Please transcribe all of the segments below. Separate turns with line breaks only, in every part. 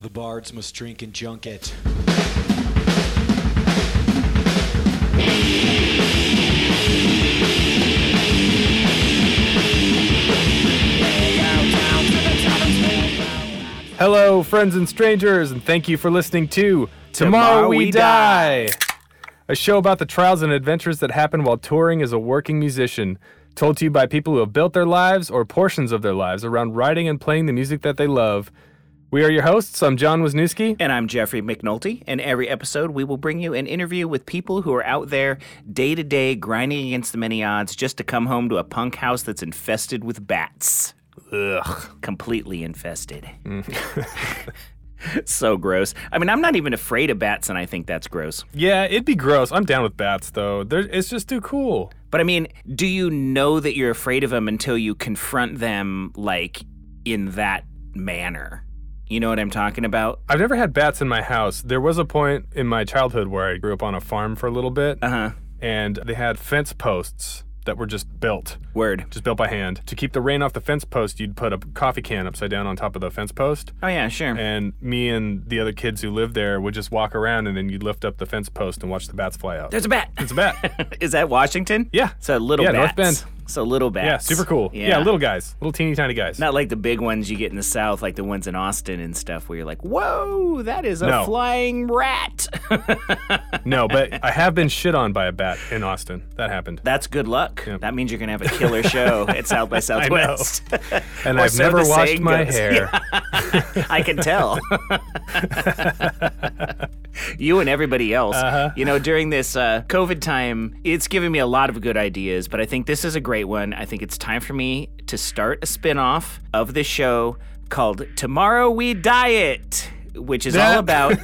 The bards must drink and junket.
Hello, friends and strangers, and thank you for listening to Tomorrow,
Tomorrow
We,
We
Die. a show about the trials and adventures that happen while touring as a working musician, told to you by people who have built their lives or portions of their lives around writing and playing the music that they love. We are your hosts. I'm John Wisniewski.
And I'm Jeffrey McNulty, and every episode we will bring you an interview with people who are out there day to day grinding against the many odds just to come home to a punk house that's infested with bats. Ugh. Completely infested. so gross. I mean, I'm not even afraid of bats, and I think that's gross.
Yeah, it'd be gross. I'm down with bats, though. They're, it's just too cool.
But I mean, do you know that you're afraid of them until you confront them, like, in that manner? You know what I'm talking about?
I've never had bats in my house. There was a point in my childhood where I grew up on a farm for a little bit,
Uh huh.
and they had fence posts that were just built.
Word.
just built by hand. To keep the rain off the fence post, you'd put a coffee can upside down on top of the fence post.
Oh, yeah, sure.
And me and the other kids who lived there would just walk around and then you'd lift up the fence post and watch the bats fly out.
There's a bat.
It's a bat.
Is that Washington?
Yeah.
So little
Yeah, North
bats.
Bend.
So little bats.
yeah, super cool. Yeah. little guys, little teeny tiny guys.
Not like the big ones you get in the South, like the ones in Austin and stuff, where you're like, "Whoa, that is a
No.
flying rat."
no, but I have been shit on by a bat in Austin. That happened.
That's good luck. That means you're gonna have a killer show at South by Southwest.
And
Or
I've
so
never
the
washed
saying
my
goes.
hair.
I can tell. you and everybody else. You know, during this uh, COVID time, it's given me a lot of good ideas, but I think this is a great one. I think it's time for me to start a spin off of this show called Tomorrow We Diet. Which is all
That-
about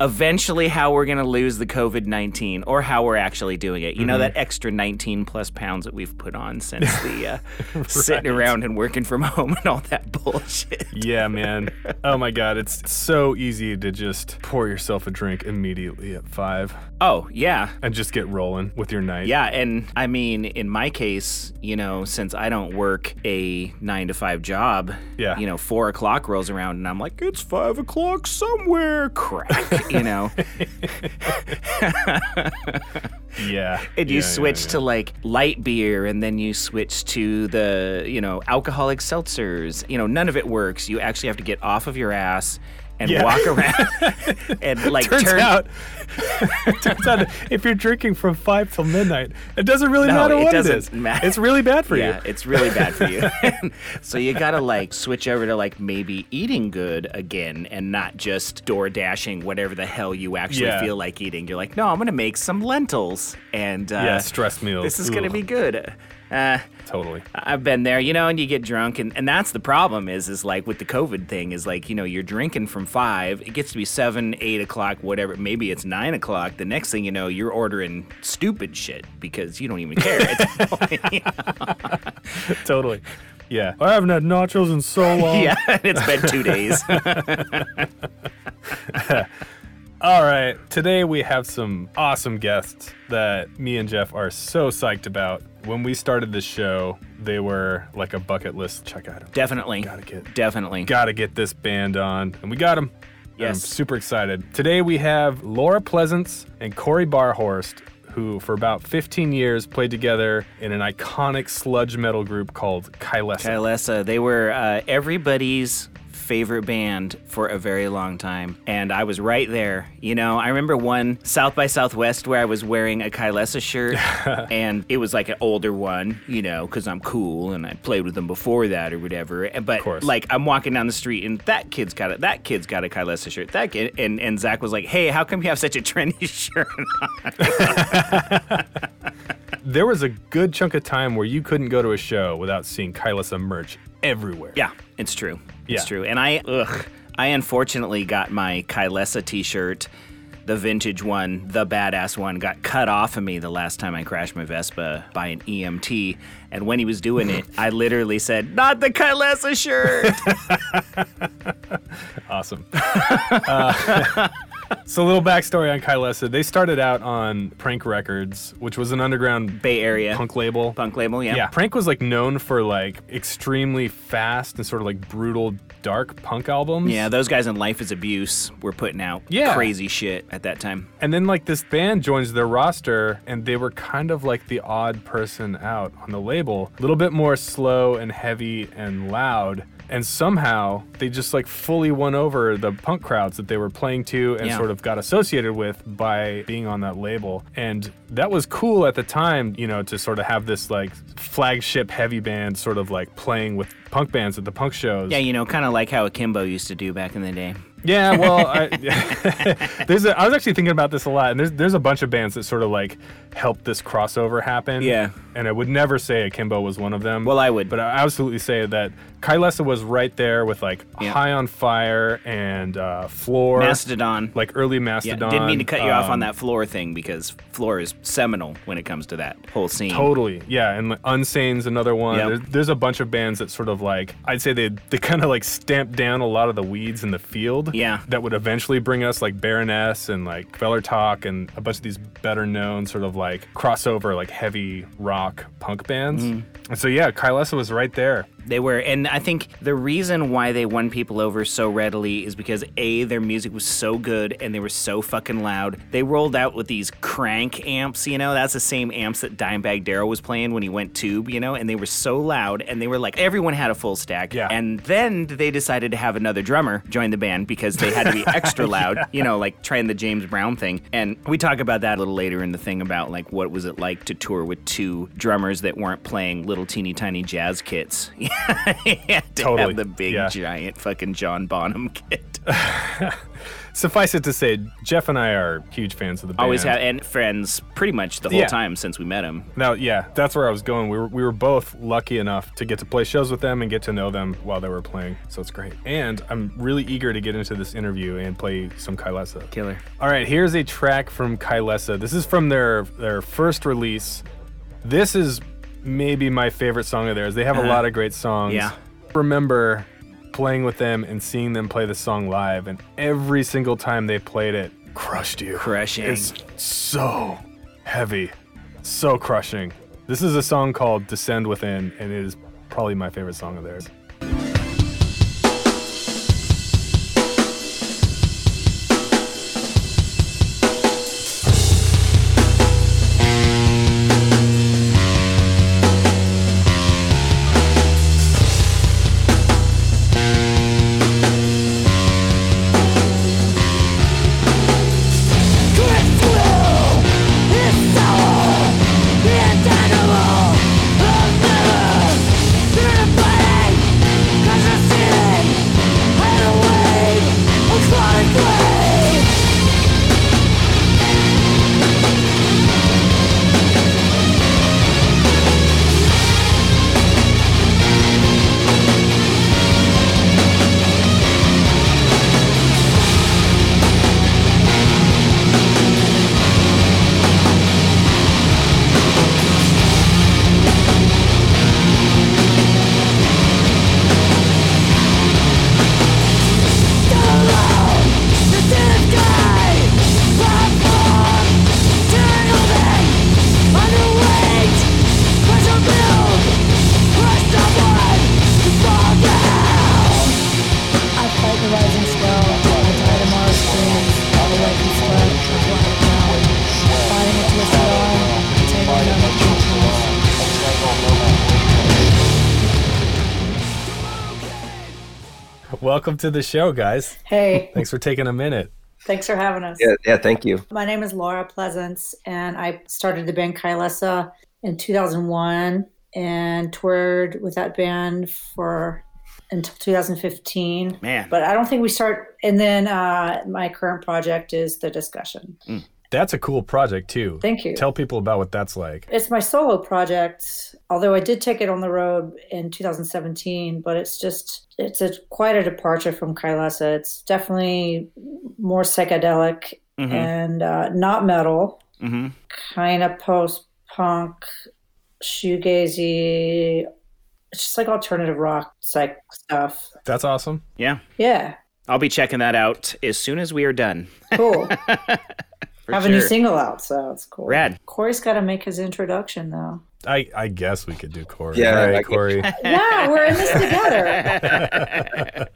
eventually how we're going to lose the COVID 19 or how we're actually doing it. You know, that extra 19 plus pounds that we've put on since the uh, sitting around and working from home and all that bullshit.
Yeah, man. Oh my God. It's so easy to just pour yourself a drink immediately at five
Oh, yeah.
and just get rolling with your night.
Yeah. And I mean, in my case, you know, since I don't work a nine to five job,
Yeah.
you know, four o'clock rolls around and I'm like, it's five o'clock somewhere. Crack, you know.
Yeah.
And
Yeah,
you
yeah,
switch
yeah.
to like light beer and then you switch to the, you know, alcoholic seltzers. You know, none of it works. You actually have to get off of your ass and
Yeah.
walk around and like
turns
turn
out, turns out if you're drinking from five till midnight, it doesn't really
No,
matter
it
what
doesn't
it is.
matter.
It's really bad for
yeah,
you.
it's really bad for you. so you gotta like switch over to like maybe eating good again and not just door dashing whatever the hell you actually
Yeah.
feel like eating. You're like, no, I'm gonna make some lentils and uh,
yeah, stress meals.
This is gonna
Ugh,
be good. Uh,
totally.
I've been there, you know, and you get drunk, and, and that's the problem is, is like with the COVID thing, is like, you know, you're drinking from five, it gets to be seven, eight o'clock, whatever, maybe it's nine o'clock. The next thing you know, you're ordering stupid shit because you don't even care. It's-
Totally. Yeah. I haven't had nachos in so long.
yeah, it's been two days.
All right. Today we have some awesome guests that me and Jeff are so psyched about. When we started this show, they were like a bucket list check item.
Definitely.
Gotta get-
Definitely.
Gotta get this band on. And we got them. I'm
Yes.
super excited. Today we have Laura Pleasance and Corey Barhorst, who for about 15 years played together in an iconic sludge metal group called Kylesa.
Kylesa, they were uh, everybody's favorite band for a very long time. And I was right there. You know, I remember one South by Southwest where I was wearing a Kylesa shirt and it was like an older one, you know, because I'm cool and I played with them before that or whatever. And- But
course.
like I'm walking down the street and that kid's got it. That kid's got a Kylesa shirt. That kid. And, and Zach was like, hey, how come you have such a trendy shirt?
There was a good chunk of time where you couldn't go to a show without seeing Kylesa merch everywhere.
Yeah, it's true. It's
Yeah.
true. And I, ugh, I unfortunately got my Kylesa T-shirt, the vintage one, the badass one, got cut off of me the last time I crashed my Vespa by an EMT. And when he was doing it, I literally said, "Not the Kylesa shirt."
Awesome. Uh, So, a little backstory on Kylesa. They started out on Prank Records, which was an underground
Bay Area
punk label.
punk label. Oh, Yeah.
Yeah, Prank was like known for like extremely fast and sort of like brutal dark punk albums.
Yeah, those guys in Life is Abuse were putting out
Yeah.
crazy shit at that time.
And then like this band joins their roster and they were kind of like the odd person out on the label. A little bit more slow and heavy and loud. And somehow they just like fully won over the punk crowds that they were playing to and
Yeah.
sort of got associated with by being on that label. And that was cool at the time, you know, to sort of have this like flagship heavy band sort of like playing with punk bands at the punk shows.
Yeah, you know, kind of like how Akimbo used to do back in the day.
Yeah, well, I, there's a, I was actually thinking about this a lot, and there's there's a bunch of bands that sort of like helped this crossover happen.
Yeah.
and I would never say Akimbo was one of them.
Well, I would.
but I absolutely say that Kylesa was right there with like
Yeah.
High on Fire and uh, Floor,
Mastodon.
like early
yeah,
Mastodon.
didn't mean to cut you off on
um,
that floor thing because floor is seminal when it comes to that whole scene.
Totally, yeah, and like, Unsane's another one.
Yep.
There's, there's a bunch of bands that sort of like I'd say they they kind of like stamped down a lot of the weeds in the field.
Yeah.
that would eventually bring us like Baroness and like Feller Talk and a bunch of these better known sort of like crossover like heavy rock punk bands.
Mm.
And so yeah, Kylesa was right there.
They were, and I think the reason why they won people over so readily is because a their music was so good and they were so fucking loud. They rolled out with these crank amps, you know. That's the same amps that Dimebag Darrell was playing when he went tube, you know. And they were so loud, and they were like everyone had a full stack.
Yeah.
And then they decided to have another drummer join the band because they had to be extra loud, you know, like trying the James Brown thing. And we talk about that a little later in the thing about like what was it like to tour with two drummers that weren't playing little teeny tiny jazz kits. yeah, to
Totally.
have the big
Yeah.
giant fucking John Bonham kit.
Suffice it to say, Jeff and I are huge fans of the band.
Always have and friends pretty much the whole
Yeah.
time since we met him.
Now, yeah, that's where I was going. We were, we were both lucky enough to get to play shows with them and get to know them while they were playing. So it's great. And I'm really eager to get into this interview and play some Kylesa.
Killer.
All right, here's a track from Kylesa. This is from their their first release. This is maybe my favorite song of theirs. They have a lot of great songs.
Uh-huh. Yeah.
Remember playing with them and seeing them play the song live, and every single time they played it, crushed you.
Crushing.
It's so heavy, so crushing. This is a song called "Descend Within," and it is probably my favorite song of theirs.
Chronically
Welcome to the show, guys.
Hey,
Thanks for taking a minute.
thanks for having us.
Yeah, yeah, thank you.
My name is Laura Pleasance, and I started the band Kylesa in 2001 and toured with that band for until 2015.
Man.
But I don't think we start. And then uh, my current project is The Discussion.
That's a cool project too.
Thank you.
Tell people about what that's like.
it's my solo project although i did take it on the road in 2017 but it's just it's a quite a departure from kailasa it's definitely more psychedelic
hmm
and uh, not metal
hmm
kind of post punk shoegazy it's just like alternative rock psych stuff
That's awesome.
Yeah.
yeah
I'll be checking that out as soon as we are done.
Cool.
For
Have
sure.
a new single out, so it's cool.
Rad.
Corey's got to make his introduction though.
I, I guess we could do Corey.
Yeah,
All right,
I guess-
Corey.
Yeah, we're in this together.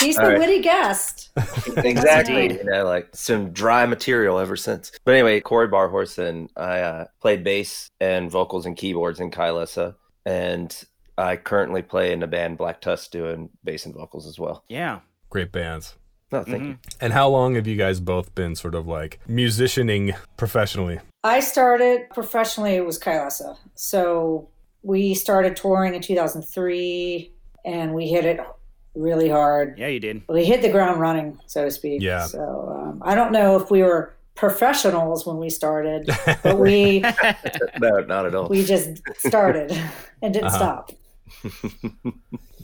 He's the
All right.
witty guest.
exactly.
Indeed.
You know, like some dry material ever since. But anyway, Corey Barhorson, I uh, played bass and vocals and keyboards in Kylesa, and I currently play in the band Black Tusk doing bass and vocals as well.
Yeah.
Great bands.
No, thank you.
And how long have you guys both been sort of like musicianing professionally?
I started professionally, it was Kailasa. So we started touring in 2003 and we hit it really hard.
Yeah, you did.
We hit the ground running, so to speak.
Yeah.
So um, I don't know if we were professionals when we started, but we
No, not at all.
we just started and didn't
Uh-huh.
stop.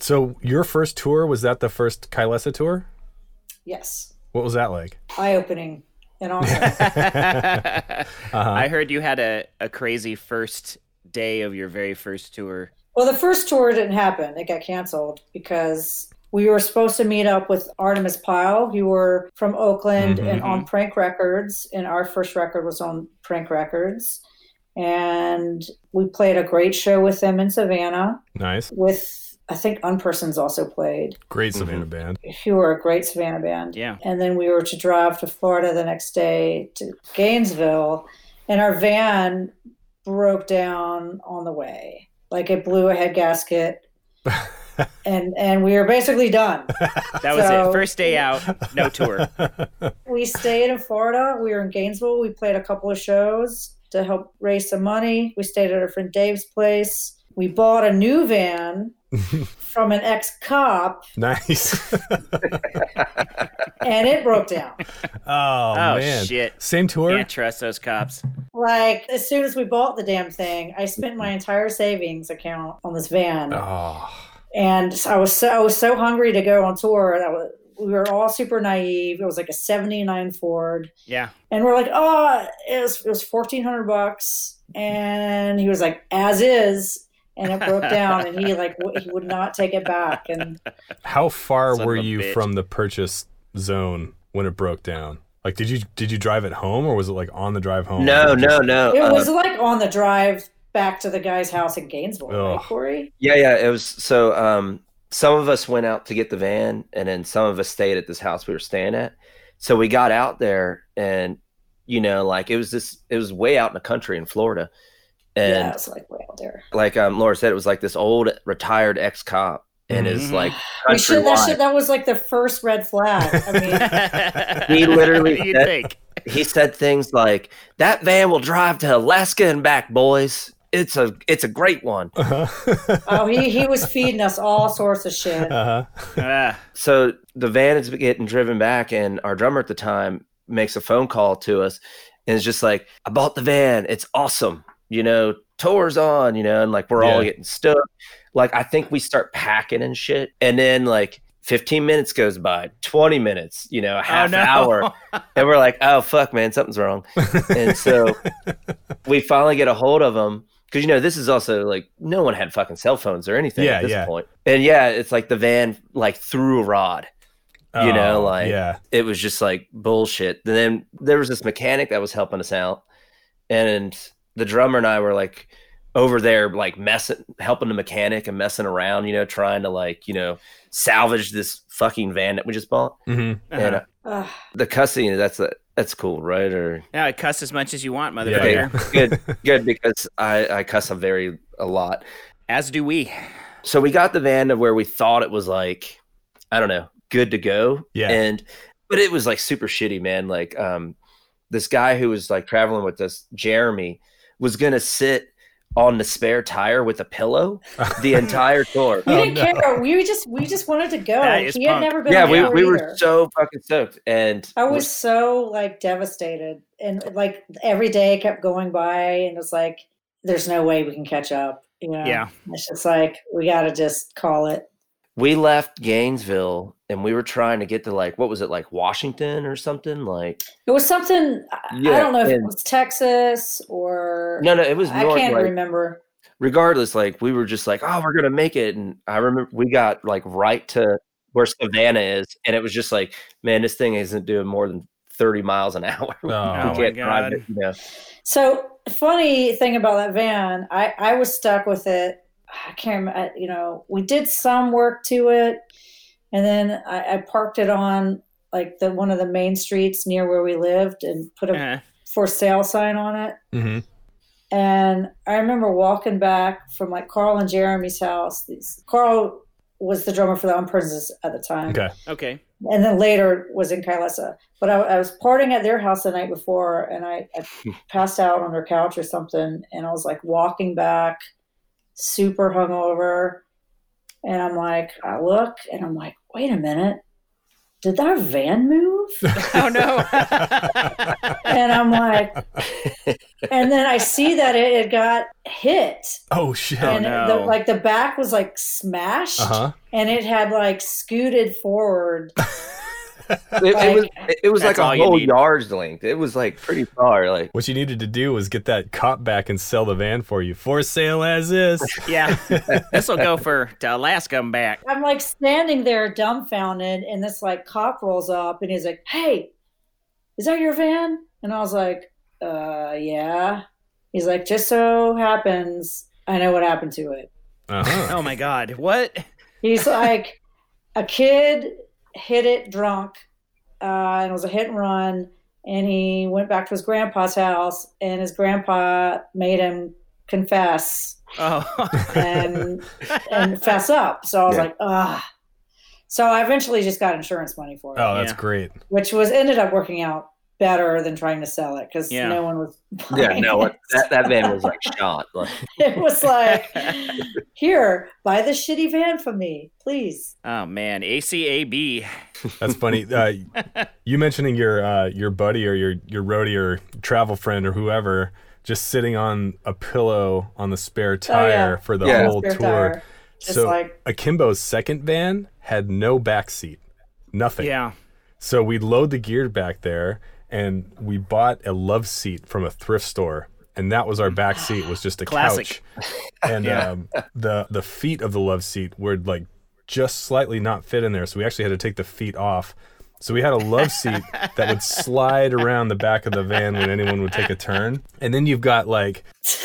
So your first tour was that the first Kylesa tour?
Yes.
What was that like?
Eye opening and awesome.
Uh-huh.
I heard you had a, a crazy first day of your very first tour.
Well, the first tour didn't happen. It got canceled because we were supposed to meet up with Artemis Pyle. You were from Oakland and
Mhm.
on Prank Records, and our first record was on Prank Records. And we played a great show with them in Savannah
Nice,
with, I think, Unpersons also played,
Mm-hmm.
great Savannah band.
who were a great Savannah band.
Yeah.
And then we were to drive to Florida the next day to Gainesville, and our van broke down on the way. Like it blew a head gasket, and and we were basically done.
That was
So-
it. First day out, no tour.
we stayed in Florida. We were in Gainesville. We played a couple of shows to help raise some money. We stayed at our friend Dave's place. We bought a new van from an ex cop,
nice.
and it broke down.
Oh,
Oh,
man.
shit.
Same tour?
Can't trust those cops.
Like as soon as we bought the damn thing, I spent my entire savings account on this van.
Oh.
and so I was so I was so hungry to go on tour that was, we were all super naive. It was like a '79 Ford,
Yeah.
and we're like, "Oh, it was it was fourteen hundred bucks," and he was like, "As is." And it broke down, and he like w- he would not take it back. And
How far
Son of
were
a
you
bitch.
from the purchase zone when it broke down? Like did you did you drive it home or was it like on the drive home?
No,
Or just-
no, no.
it
Uh,
was like on the drive back to the guy's house in Gainesville, right,
Ugh.
Corey?
yeah, yeah. It was so. Um, some of us went out to get the van, and then some of us stayed at this house we were staying at. So we got out there, and you know, like it was this. It was way out in the country in Florida, and
yeah, it was like way out there.
like um, Laura said, it was like this old retired ex cop and his
Mhm.
like
Mm-hmm. We should, that,
countrywide.
should, that was like the first red flag. I mean,
He literally-
What do you think?
He said things like, "That van will drive to Alaska and back, boys. It's a it's a great one."
Uh-huh.
oh, he he was feeding us all sorts of shit.
uh-huh.
Ah,
So the van is getting driven back, and our drummer at the time makes a phone call to us, and it's just like, "I bought the van. It's awesome. You know, tours on. You know, and like we're all
Yeah.
getting stoked. Like I think we start packing and shit, and then like." 15 minutes goes by, 20 minutes, you know, a half
Oh, no.
hour. and we're like, oh fuck, man, something's wrong. And so we finally get a hold of him because you know this is also like no one had fucking cell phones or anything
Yeah,
at this
yeah.
point. And yeah, it's like the van like threw a rod. You know,
Oh,
like-
Yeah.
It was just like bullshit. And then there was this mechanic that was helping us out, and the drummer and I were like over there like messing helping the mechanic and messing around you know trying to like you know salvage this fucking van that we just bought
hmm
and
uh-huh.
uh,
Ugh.
the cussing that's a, that's cool right or
yeah, cuss as much as you want, motherfucker.
Okay, good, good, because I, I cuss a very a lot.
As do we.
So we got the van to where we thought it was like, I don't know, good to go.
Yeah.
And but it was like super shitty, man. Like um this guy who was like traveling with us, Jeremy, was gonna sit on the spare tire with a pillow the entire tour.
We didn't care. We just we just wanted to go.
That is
He had
punk.
never been.
yeah,
on
we,
tour
we were
either.
so fucking stoked. And
I was so like devastated, and like every day kept going by, and it's like, there's no way we can catch up. You know,
Yeah.
It's just like we got to just call it.
we left Gainesville and we were trying to get to like what was it like Washington or something? Like
It was something I- I
Yeah,
don't know if it
and-
was Texas or
no no it was
I
north
can't
like,
remember.
regardless, like we were just like, oh, we're gonna make it. And I remember we got like right to where Savannah is, and it was just like, man, this thing isn't doing more than thirty miles an hour. We
Oh.
my
can't
God.
drive it, you know.
So funny thing about that van, I I was stuck with it. I can't, rem- I, you know, we did some work to it, and then I, I parked it on like the one of the main streets near where we lived and put a
Uh,
for sale sign on it.
Mhm.
And I remember walking back from like Carl and Jeremy's house. These- Carl was the drummer for the Unprinces at the time
Okay.
okay.
and then later was in Kailasa. But I, I was partying at their house the night before, and I, I passed out on their couch or something, and I was like walking back, super hungover, and I'm like, I look, and I'm like, wait a minute, did our van move?
Oh no.
and I'm like, and then I see that it, it got hit,
Oh shit.
Oh,
and
no. Uh-huh.
the, like the back was like smashed,
Uh huh.
and it had like scooted forward.
It, it was it was
That's all
like a
you
whole
need.
yard's length. It was like pretty far. Like
What you needed to do was get that cop back and sell the van for you for sale as is.
yeah. This will go for to Alaska and back.
I'm like standing there dumbfounded, and this like cop rolls up and he's like, Hey, is that your van? And I was like, Uh, yeah. He's like, Just so happens, I know what happened to it.
Uh huh.
Oh my God. What?
He's like, A kid hit it drunk, uh, and it was a hit and run. And he went back to his grandpa's house, and his grandpa made him confess
Oh.
and and fess up. So I was
Yeah.
like, ah. So I eventually just got insurance money for it,
Oh, that's
Yeah.
great.
which was ended up working out better than trying to sell it because
Yeah.
no one was.
yeah,
buying
no,
it.
what- that that van was like shot. Like,
it was like, here, buy this shitty van for me, please.
oh man. ACAB.
That's funny. Uh, you mentioning your uh, your buddy or your your roadie or travel friend or whoever just sitting on a pillow on the spare tire for the
Yeah.
whole
Oh, Spare
tour.
tire. Just
so
like-
Akimbo's second van had no back seat, nothing.
Yeah.
So we load the gear back there, and we bought a love seat from a thrift store, and that was our back seat was just a
Classic.
couch, and um, the the feet of the love seat were like just slightly not fit in there, so we actually had to take the feet off. So we had a love seat that would slide around the back of the van when anyone would take a turn, and then you've got like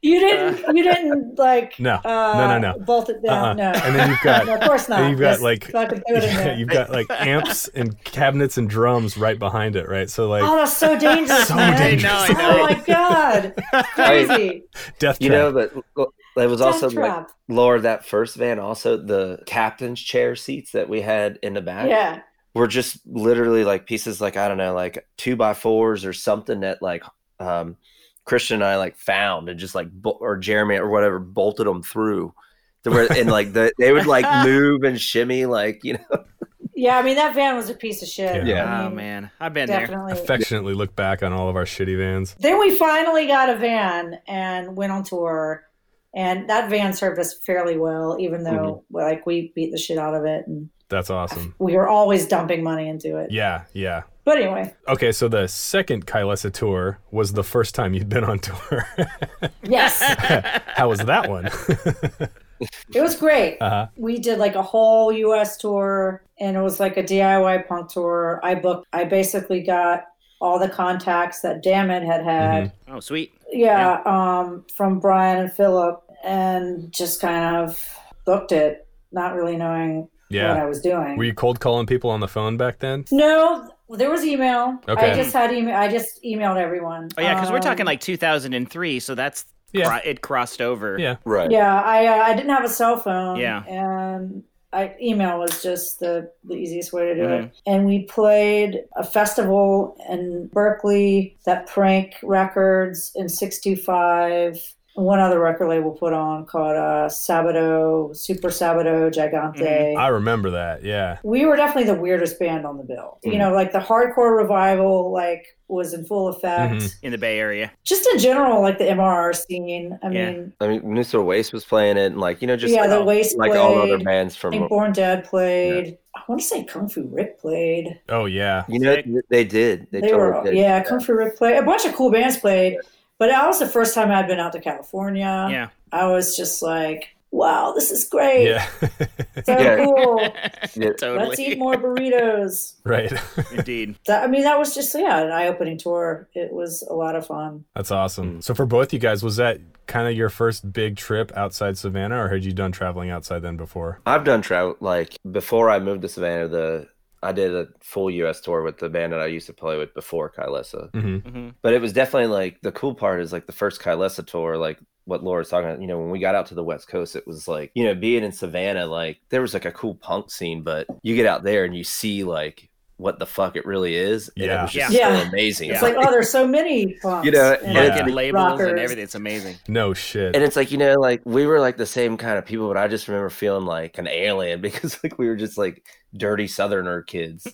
You didn't, you didn't like.
No,
uh,
no, no, no.
Bolt it down.
Uh-uh.
No.
And then you've got-
No, of course not.
then you've got,
Just
like-
fucking do it in there.
you've got like amps and cabinets and drums right behind it, right? So like
Oh, that's so dangerous.
So
man.
dangerous.
I know, I
Oh
know.
my god, It's crazy.
death
you
trap.
know, but l- it was
Death
also like
trap.
lower of that first van. Also, the captain's chair seats that we had in the back
yeah,
were just literally like pieces, like I don't know, like two by fours or something that like um, Christian and I like found and just like bol- or Jeremy or whatever bolted them through. To where, and like the, they would like move and shimmy like you know
yeah. I mean, that van was a piece of shit.
Yeah.
I
Oh
mean,
man. I've been there.
Mm-hmm. definitely.
affectionately look back on all of our shitty vans.
Then we finally got a van and went on tour, and that van served us fairly well, even though
Mm-hmm.
like we beat the shit out of it, and
That's awesome.
we were always dumping money into it.
Yeah, yeah.
But anyway,
Okay, so the second Kailessa tour was the first time you'd been on tour.
yes,
How was that one?
it was great.
Uh-huh.
We did like a whole U.S. tour, and it was like a DIY punk tour. I booked. I basically got all the contacts that Dammit had had.
Oh sweet.
yeah, um, from Brian and Philip, and just kind of booked it, not really knowing what I
Yeah.
was doing.
Were you cold calling people on the phone back then?
no, there was email.
Okay.
I just had email. I just emailed everyone.
Oh yeah, because we're talking
Um,
like 2003, so that's
Yeah.
cro- it crossed over.
Yeah.
right
yeah. I uh, I didn't have a cell phone.
Yeah.
and. I, email was just the, the easiest way to do it.
Mm-hmm.
And we played a festival in Berkeley that Prank Records and 625 one other record label put on called uh, Sabato, Super Sabato, Gigante.
Mm-hmm.
I remember that. Yeah.
we were definitely the weirdest band on the bill. You
Mm-hmm.
Mhm.
know, like the hardcore revival, like was in full effect.
Mhm.
In the Bay Area.
Just in general, like the MRR scene. I
Yeah.
mean,
I mean, Minnesota Waste was playing it, and like you know, just
Yeah,
like,
the
all-
Waste
like all other
played.
bands
I
from
think Born Dead played. I want to say Kung Fu Rick played.
Oh yeah.
you know
Sick.
they did they,
They,
totally
were,
did.
yeah, Kung Fu Rick played. A bunch of Uh, cool bands played. But that was the first time I'd been out to California.
Yeah.
I was just like, wow, this is great.
Yeah.
So
Yeah.
cool.
totally.
Let's eat more burritos.
right.
Indeed.
That, I mean, that was just, yeah, an eye opening tour. It was a lot of fun.
That's awesome. So for both you guys, was that kind of your first big trip outside Savannah, or had you done traveling outside then before?
I've done travel like before I moved to Savannah. The I did a full U.S. tour with the band that I used to play with before Kylesa.
Mm-hmm.
Mhm.
But it was definitely like the cool part is like the first Kylesa tour, like what Laura's talking about. You know, when we got out to the West Coast, it was like you know being in Savannah, like there was like a cool punk scene, but you get out there and you see like what the fuck it really is. And
Yeah.
it was just
Yeah.
so amazing.
It's like, oh, there's so many punks.
You know,
and
yeah.
Fucking labels and
rockers.
everything. It's amazing.
No shit.
And it's like, you know, like we were like the same kind of people, but I just remember feeling like an alien because like we were just like dirty southerner kids.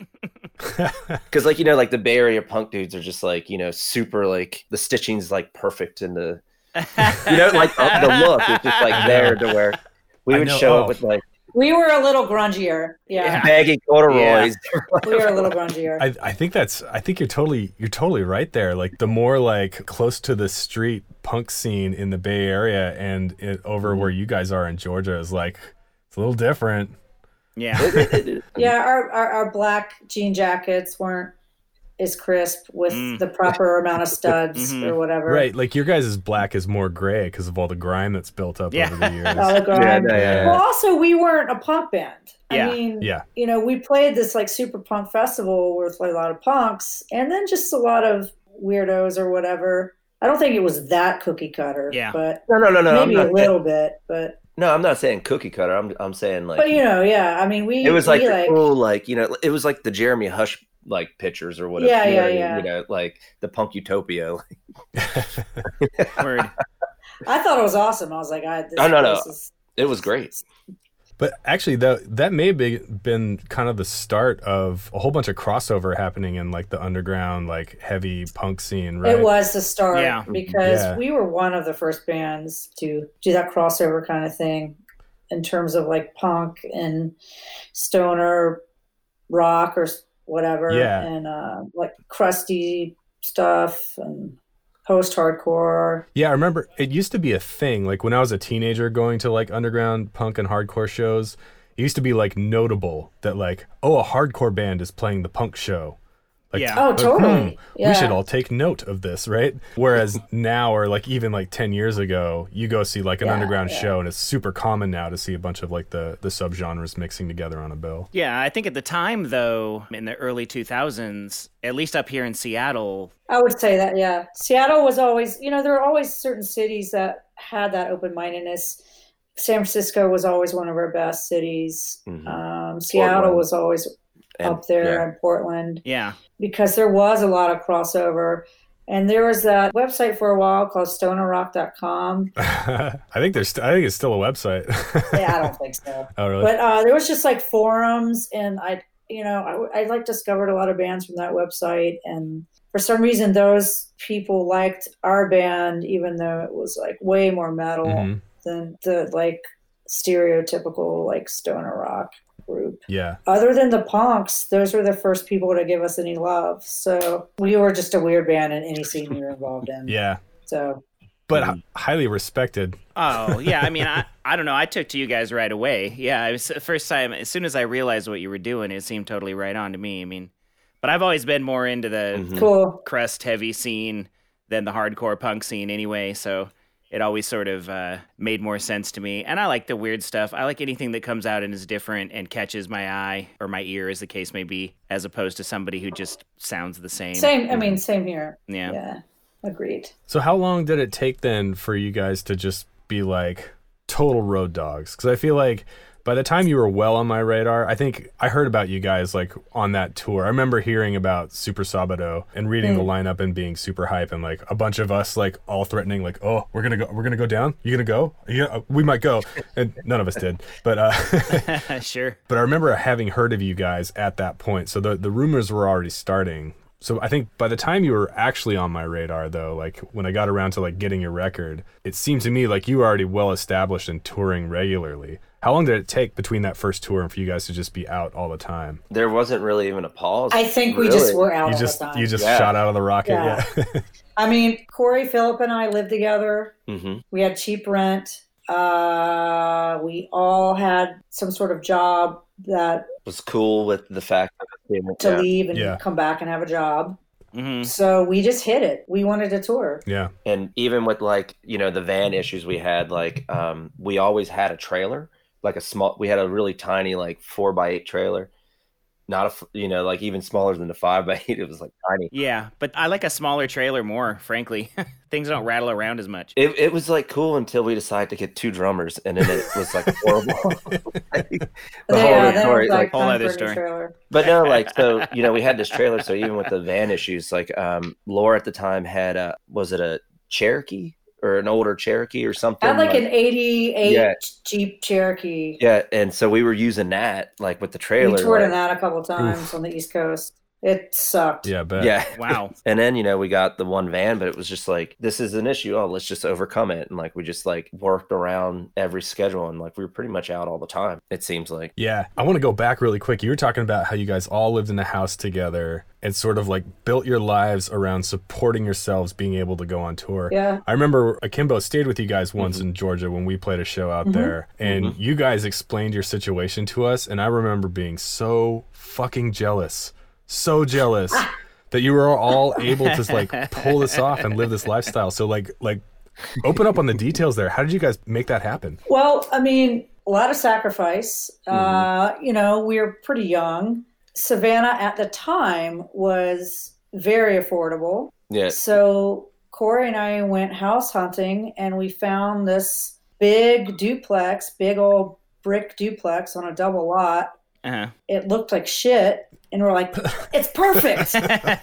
Cause like, you know, like the Bay Area punk dudes are just like, you know, super like the stitching's like perfect and the you know, like uh, the look is just like there to where we
I
would
know,
show
oh.
up with like
We were a little grungier. Yeah.
baggy corduroys.
We were a little grungier.
I, I think that's I think you're totally you're totally right there. Like the more like close to the street punk scene in the Bay Area and it, over where you guys are in Georgia is like it's a little different.
Yeah.
yeah, our, our, our black jean jackets weren't as crisp with
Mm.
the proper amount of studs
Mhm.
or whatever.
Right, like your guys' black is more gray because of all the grime that's built up
Yeah.
over the years.
Solid
Yeah,
grind.
no, yeah,
Well,
yeah.
also, we weren't a punk band.
Yeah.
I mean,
Yeah.
you know, we played this like super punk festival with like, a lot of punks and then just a lot of weirdos or whatever. I don't think it was that cookie cutter,
Yeah.
but
No, no, no, no. I'm
maybe a
not,
little bit. But
no, I'm not saying cookie cutter. I'm I'm saying like
but you know, yeah. I mean, we
it was like,
we,
the cool, like you know, it was like the Jeremy Hush like pictures or whatever.
Yeah,
you
yeah,
know, what I mean?
yeah.
You know, like the punk utopia.
Word.
I thought it was awesome. I was like, I this
Oh, no, no.
place is-
It was great.
But actually, that that may have been- been kind of the start of a whole bunch of crossover happening in like the underground, like heavy punk scene, right?
It was the start
Yeah.
because
Yeah.
we were one of the first bands to do that crossover kind of thing in terms of like punk and stoner rock or s- whatever
Yeah.
and uh, like crusty stuff and post hardcore.
Yeah, I remember it used to be a thing. Like when I was a teenager going to like underground punk and hardcore shows, it used to be like notable that like, oh, a hardcore band is playing the punk show. Like,
Yeah.
Oh,
like,
totally.
hmm,
yeah.
We should all take note of this, right? Whereas now, or like even like ten years ago, you go see like an
Yeah,
underground
yeah.
show, and it's super common now to see a bunch of like the the subgenres mixing together on a bill.
Yeah, I think at the time though, in the early 2000s, at least up here in Seattle,
I would say that, yeah. Seattle was always, you know, there were always certain cities that had that open mindedness. San Francisco was always one of our best cities.
Hmm.
Mhm.
Um, Seattle
Portland.
was always
And-
up there
yeah.
in Portland
yeah.
because there was a lot of crossover. And there was that website for a while called stonerrock.com.
I think there's, st- I think it's still a website.
Yeah, I don't think so.
oh really?
But uh, there was just like forums, and I, you know, I, I like discovered a lot of bands from that website. And for some reason, those people liked our band, even though it was like way more metal
Mm-hmm.
Mhm.
than the like stereotypical like stoner rock group.
Yeah.
other than the punks, those were the first people to give us any love. So we were just a weird band in any scene we were involved in.
Yeah.
So
But
Hmm.
h- highly respected.
Oh, yeah, I mean, I I don't know, I took to you guys right away. Yeah, it was the first time as soon as I realized what you were doing, it seemed totally right on to me. I mean, but I've always been more into the
Mm-hmm.
Mhm.
cool.
crust heavy scene than the hardcore punk scene anyway, so it always sort of uh, made more sense to me. And I like the weird stuff. I like anything that comes out and is different and catches my eye or my ear, as the case may be, as opposed to somebody who just sounds the same. Mm,
Same. I mean, same here.
Yeah.
Yeah. Agreed.
So how long did it take then for you guys to just be like total road dogs? Because I feel like by the time you were well on my radar, I think I heard about you guys like on that tour. I remember hearing about Super Sabado and reading the lineup and being super hype and like a bunch of us like all threatening like, oh, we're gonna go, we're gonna go down. You gonna go? Yeah, uh, we might go. And none of us did. But uh,
sure.
but I remember having heard of you guys at that point. So the, the rumors were already starting. So I think by the time you were actually on my radar though, like when I got around to like getting your record, it seemed to me like you were already well established and touring regularly. How long did it take between that first tour and for you guys to just be out all the time?
There wasn't really even a pause.
I think we just
really.
were out
You
all
just
the time.
you just
Yeah.
shot out of the rocket. Yeah.
Yeah. I mean, Corey Phillip and I lived together.
Mhm.
We had cheap rent. Uh, we all had some sort of job that
was cool with the fact that it
to
yeah.
leave and
Yeah.
come back and have a job.
Mhm.
So we just hit it. We wanted to tour.
Yeah.
and even with like you know the van issues we had like um we always had a trailer like a small we had a really tiny like four by eight trailer not a f- you know like even smaller than the five by eight it was like tiny
Yeah, but I like a smaller trailer more, frankly. Things don't rattle around as much.
it, it was like cool until we decided to get two drummers and then it was like horrible Like, the
Yeah,
whole
then it was
story, like-
like,
whole
time
other
for a new
story.
trailer.
but no like so you know we had this trailer so even with the van issues like um laura at the time had a was it a cherokee or an older cherokee or something
I had like an 88
Yeah.
Jeep Cherokee.
Yeah, and so we were using that like with the trailer.
we toured in
like-
that a couple times on the East Coast. It sucked.
Yeah. But
yeah.
Wow.
And then, you know, we got the one van, but it was just like, this is an issue. Oh, let's just overcome it. And like, we just like worked around every schedule and like, we were pretty much out all the time, it seems like.
Yeah. I want to go back really quick. You were talking about how you guys all lived in a house together and sort of like built your lives around supporting yourselves being able to go on tour.
Yeah.
I remember Akimbo stayed with you guys
Mm-hmm.
once in Georgia when we played a show out
Mm-hmm.
there, and you guys explained your situation to us. And I remember being so fucking jealous, so jealous
Ah.
that you were all able to like pull this off and live this lifestyle. So like like open up on the details there. How did you guys make that happen?
Well, I mean, a lot of sacrifice.
Mm-hmm.
Uh, you know, we were pretty young. Savannah at the time was very affordable.
Yeah.
So Corey and I went house hunting and we found this big duplex, big old brick duplex on a double lot.
Uh-huh.
It looked like shit. And we're like, it's perfect.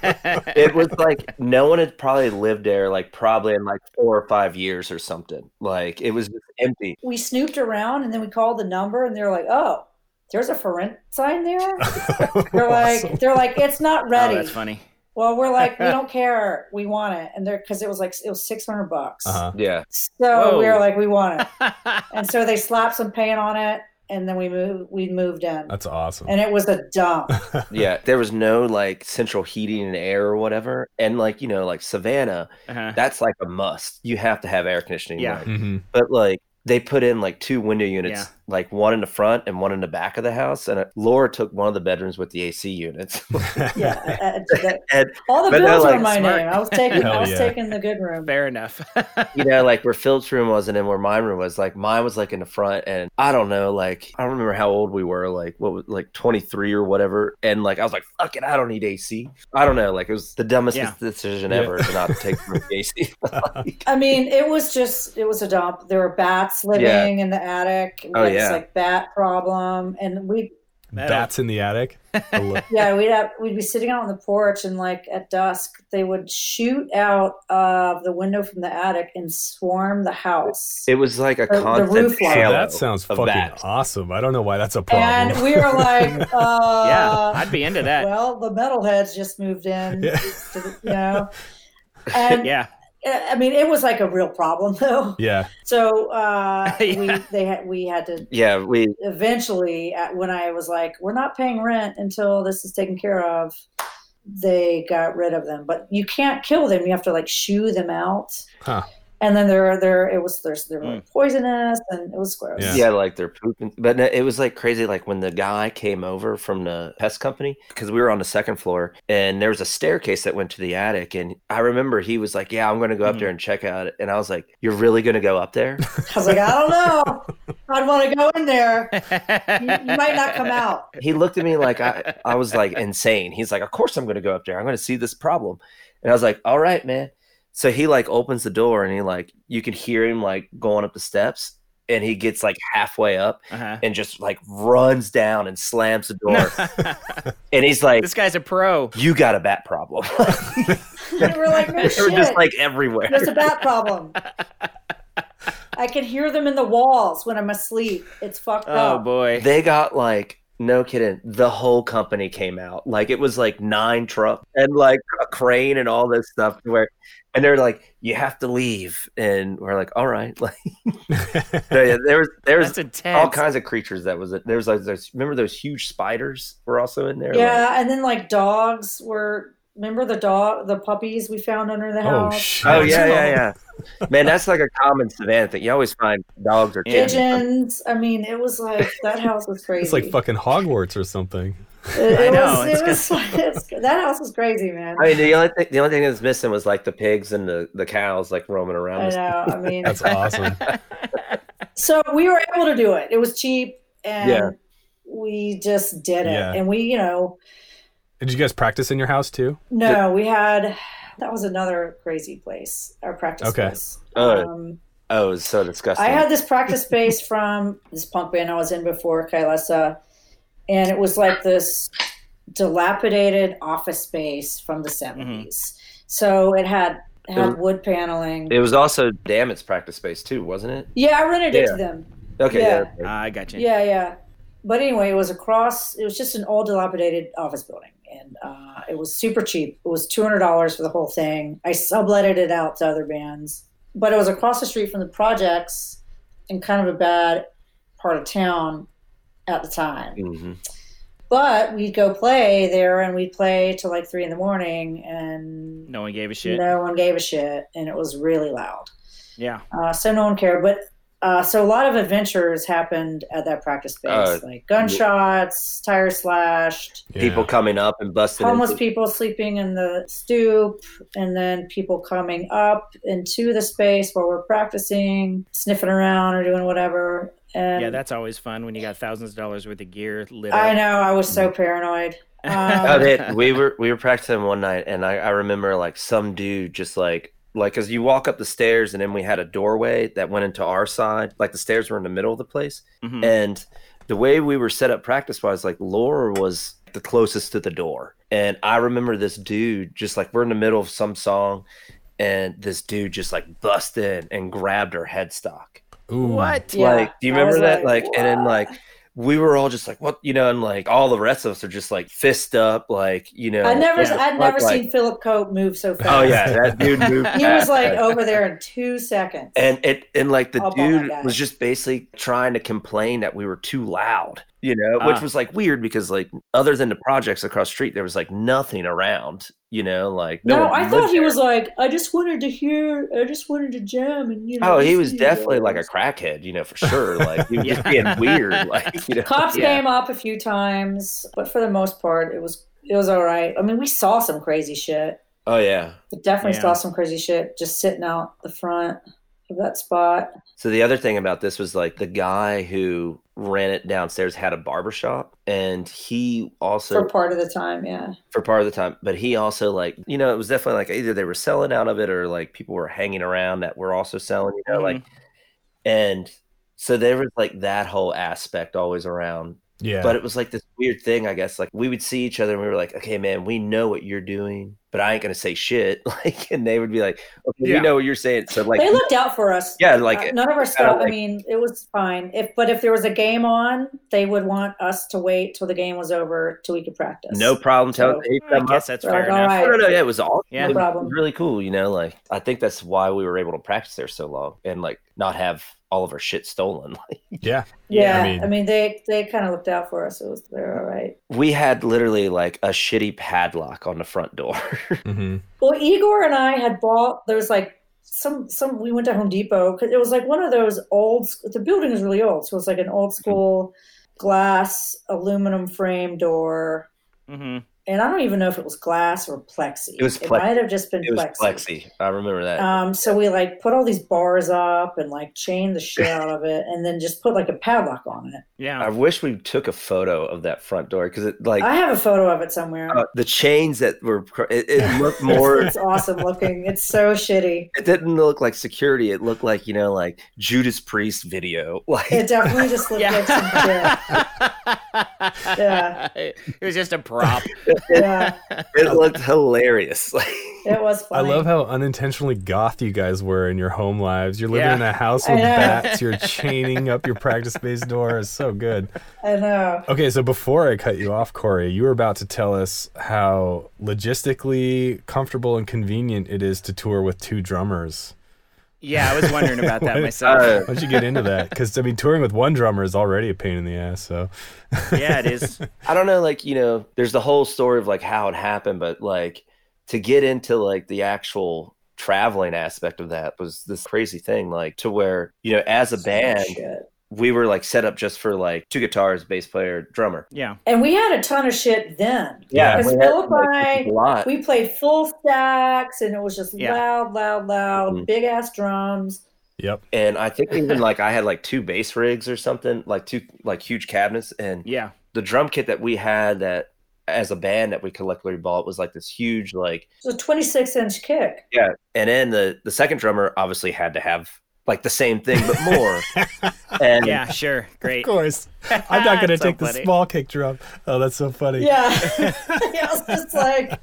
It was like, no one had probably lived there like probably in like four or five years or something. Like, it was just empty.
we snooped around and then we called the number and they're like, oh, there's a for rent sign there. They're like, they're like, it's not
Oh,
ready.
that's funny.
Well, we're like, we don't care. We want it. And they're, cause it was like, it was 600 bucks.
Uh-huh.
Yeah.
So
Whoa.
we were like, we want it.
Uh-huh.
and so they slapped some paint on it and then we moved, we moved in
That's awesome.
and it was a dump.
Yeah. There was no like central heating and air or whatever. And like, you know, like Savannah,
Uh-huh.
that's like a must. You have to have air conditioning.
Yeah.
like,
hmm
but like they put in like two window units,
Yeah.
like one in the front and one in the back of the house. And uh, Laura took one of the bedreds with the AC units.
yeah. I- I- that-
and
all the
But they're
bills were
like
in my
smart.
name. I was taking,
Hell
I was
yeah.
taking the good room.
Fair enough.
you know, like where Phil's room was and then where my room was, like mine was like in the front. And I don't know, like I don't remember how old we were, like what was like 23 or whatever. And like I was like, fuck it, I don't need AC. I don't know. Like it was the dumbest
Yeah.
decision
Yeah.
ever to not take the AC. Like,
I mean, it was just it was a dump. There were bats living
Yeah.
in the attic. We
Oh,
had this
yeah.
like bat problem, and we
That'll-
Bats in the attic. I love-
yeah we'd have we'd be sitting out on the porch, and like at dusk they would shoot out of the window from the attic and swarm the house.
it was like a
The- the
constant
roof line.
halo
that sounds
of
fucking
bats.
awesome. I don't know why that's a problem.
and we were like, uh,
yeah, I'd be into that.
well, the metalheads just moved in,
Yeah.
to the- you know. And
yeah.
uh, I mean, it was like a real problem though.
yeah.
So uh, we
Yeah.
they had we had to
Yeah, we
eventually at, when i was like we're not paying rent until this is taken care of they got rid of them but you can't kill them you have to like shoo them out
Huh.
and then they're they're it was they're, they're like poisonous and it was gross
Yeah.
Hmm. yeah, like they're pooping. But no, it was like crazy. Like when the guy came over from the pest company, because we were on the second floor and there was a staircase that went to the attic. And I remember he was like, Yeah, I'm going to go up there and check out it. And I was like, You're really going to go up there?
i was like i don't know i'd want to go in there you, you might not come out
he looked at me like I, I was like insane. He's like, Of course I'm going to go up there. I'm going to see this problem. And I was like, All right, man. So he like opens the door and he like, you could hear him like going up the steps and he gets like halfway up
Uh-huh.
and just like runs down and slams the door. and he's like,
this guy's a pro.
you got a bat problem.
they were like no
they were
shit
just like everywhere.
there's a bat problem i can hear them in the walls when i'm asleep it's fucked
Oh
up
boy.
They got like, no kidding, the whole company came out. Like it was like nine trucks and like a crane and all this stuff where and they're like, you have to leave. And we're like, all right. Like so, yeah, there was there was
That's intense.
all kinds of creatures that was it. There was like those remember those huge spiders were also in there? Like,
Yeah, and then like dogs were Remember the dog, the puppies we found under the
Oh
house?
shit!
Oh yeah, yeah, yeah. Man, that's like a common savannah thing. You always find dogs or
Yeah.
kids.
Pigeons. I mean, it was like that house was crazy.
It's like fucking Hogwarts or something.
It,
I
it
know,
was.
it's
It was like, it's, that house was crazy, man.
I mean, the only thing the only thing that's missing was like the pigs and the, the cows like roaming around.
I know. I mean,
That's awesome.
so we were able to do it. It was cheap, and
Yeah.
we just did it.
Yeah.
And we, you know,
Did you guys practice in your house too?
no, we had that was another crazy place. Our practice
Okay.
place.
Oh.
Um,
Oh, it was so disgusting.
I had this practice space from this punk band I was in before, Kailessa, and it was like this dilapidated office space from the 70s. So it had had
Mm-hmm. It-
wood paneling.
it was also damn its practice space too, wasn't it?
yeah, I rented it
Yeah.
to them.
Okay, yeah.
Ah, I got you.
Yeah, yeah. But anyway, it was across. It was just an old, dilapidated office building, and uh, it was super cheap. It was two hundred dollars for the whole thing. I subletted it out to other bands, but it was across the street from the projects, in kind of a bad part of town at the time.
Mm.
hmm
But we'd go play there, and we'd play till like three in the morning, and
No one gave a shit.
no one gave a shit, and it was really loud
Yeah.
uh, so no one cared. But uh, so a lot of adventures happened at that practice space,
Uh,
like gunshots, tires slashed,
Yeah.
People coming up and busting.
homeless
into-
people sleeping in the stoop, and then people coming up into the space where we're practicing, sniffing around or doing whatever. And
Yeah, that's always fun when you got thousands of dollars worth of gear lit
Um, I
up.
know I was
Mm-hmm.
so paranoid. Um,
Oh, they- we were we were practicing one night, and I, I remember like some dude just like like as you walk up the stairs, and then we had a doorway that went into our side. Like the stairs were in the middle of the place,
Mm-hmm.
Mhm.
and the way we were set up practice wise, like Laura was the closest to the door, and I remember this dude just like we're in the middle of some song, and this dude just like busted and grabbed her headstock.
Ooh.
What?
Yeah.
Like, do you
I
remember
was
that? Like, and then like we were all just like, what, you know, and like all the rest of us are just like fist up, like you know.
I'd never,
what the
I'd
fuck,
never
like-
seen Philip Cope move so fast.
Oh yeah, that dude moved.
he was
fast,
like over there in two seconds.
And it and like the
Up on that
dude
guy.
was just basically trying to complain that we were too loud, you know,
Ah.
which was like weird because like other than the projects across the street, there was like nothing around, you know, like
No,
one
I
lived
thought he
there.
was like, I just wanted to hear, I just wanted to jam, and you know.
Oh, he was
see
definitely
what
like a
was-
crackhead, you know, for sure. Like he was just
Yeah.
being weird, like you know.
Cops
yeah.
came up a few times, but for the most part, it was it was all right. I mean, we saw some crazy shit.
Oh yeah.
We definitely
Yeah.
saw some crazy shit just sitting out the front of that spot.
So the other thing about this was like the guy who ran it downstairs had a barber shop, and he also
for part of the time, yeah.
for part of the time, but he also like you know it was definitely like either they were selling out of it or like people were hanging around that were also selling, you know, like and so there was like that whole aspect always around.
Yeah.
But it was like this weird thing, I guess. Like we would see each other and we were like, okay, man, we know what you're doing, but I ain't gonna say shit. Like, and they would be like, okay,
Yeah.
we know what you're saying. So like,
they looked out for us.
yeah, like
Uh, none of our stuff. I
like-
mean, it was fine. If but if there was a game on, they would want us to wait till the game was over till we could practice.
no problem telling. hey,
I
come up.
guess that's
Right,
fair
all
enough.
right.
No, no, no. Yeah, it was awesome.
Yeah.
It
No
was
problem.
Really cool. You know, like I think that's why we were able to practice there so long and like not have all of our shit stolen. Like,
yeah.
Yeah,
I
I
mean-
mean, they they kind of looked out for us. It was they're all right.
we had literally like a shitty padlock on the front door.
hmm
Well, Igor and I had bought those like some some. We went to Home Depot because it was like one of those old. The building is really old, so it's like an old
Mm-hmm.
school glass aluminum frame door.
hmm
And I don't even know if it was glass or plexi.
It was
It
plexi.
might have just been
it was
plexi.
plexi. I remember that.
Um, so we like put all these bars up and like chained the shit out of it, and then just put like a padlock on it.
I
Yeah.
wish we took a photo of that front door because it like
I have a photo of it somewhere.
uh, the chains that were cr- it, it looked more.
it's awesome looking. It's so shitty.
It didn't look like security. It looked like you know, like Judas Priest video. Like
It definitely just looked like some shit.
yeah. It was just a prop.
Yeah,
it looked hilarious. Like
it was
I
funny.
love how unintentionally goth you guys were in your home lives. You're living
Yeah.
in a house
I
with
know.
bats. You're chaining up your practice space door. It's so good.
I know.
Okay, so before I cut you off, Corey, you were about to tell us how logistically comfortable and convenient it is to tour with two drummers.
Yeah, I was wondering about that
uh,
myself.
Why don't you get into that? Because I mean, touring with one drummer is already a pain in the ass. So
yeah, it is.
I don't know, like, you know, there's the whole story of like how it happened, but like to get into like the actual traveling aspect of that was this crazy thing like to where you know as a band
Shit.
we were like set up just for like two guitars bass player drummer
Yeah.
And we had a ton of shit then.
Yeah,
Because
we had,
Philip and
like,
I,
a lot
we played full stacks and it was just
Yeah.
loud, loud, loud,
Mhm.
big ass drums.
Yep.
and i think even like i had like two bass rigs or something like two like huge cabinets and
Yeah.
the drum kit that we had that as a band that we collectively bought was like this huge like
It was a 26 inch kick.
and then the the second drummer obviously had to have like the same thing but more and
Yeah. Sure. Great.
Of course. I'm not going to
So
take the
funny.
small kick drum. Oh, that's so funny.
Yeah. yeah. It's just like,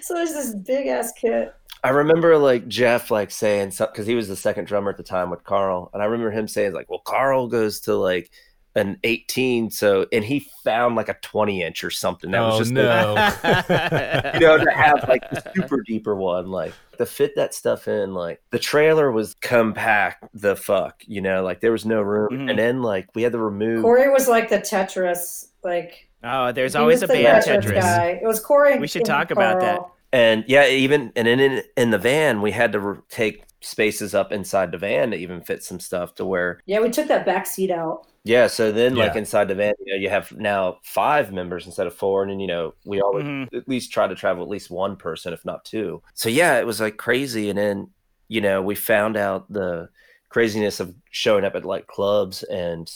so there's this big ass kit.
I remember like Jeff like saying something because he was the second drummer at the time with Carl, and I remember him saying like, "Well, Carl goes to like an 18, so and he found like a 20 inch or something that was
oh
just like,
no.
you know to have like the super deeper one like to fit that stuff in like the trailer was compact the fuck you know like there was no room
Mhm.
and then like we had to remove
Corey was like the Tetris. Like,
Oh, there's
he
always a
was the
band
Tetris
Tetris.
guy. It was Corey. and-
We should
and
talk about that.
Carl.
and yeah even and then in in the van we had to re- take spaces up inside the van to even fit some stuff to where
Yeah, we took that back seat out.
Yeah, so then like
Yeah.
inside the van, you, know, you have now five members instead of four, and then you know we always
Mhm.
at least try to travel at least one person, if not two. So yeah, it was like crazy, and then you know we found out the craziness of showing up at like clubs and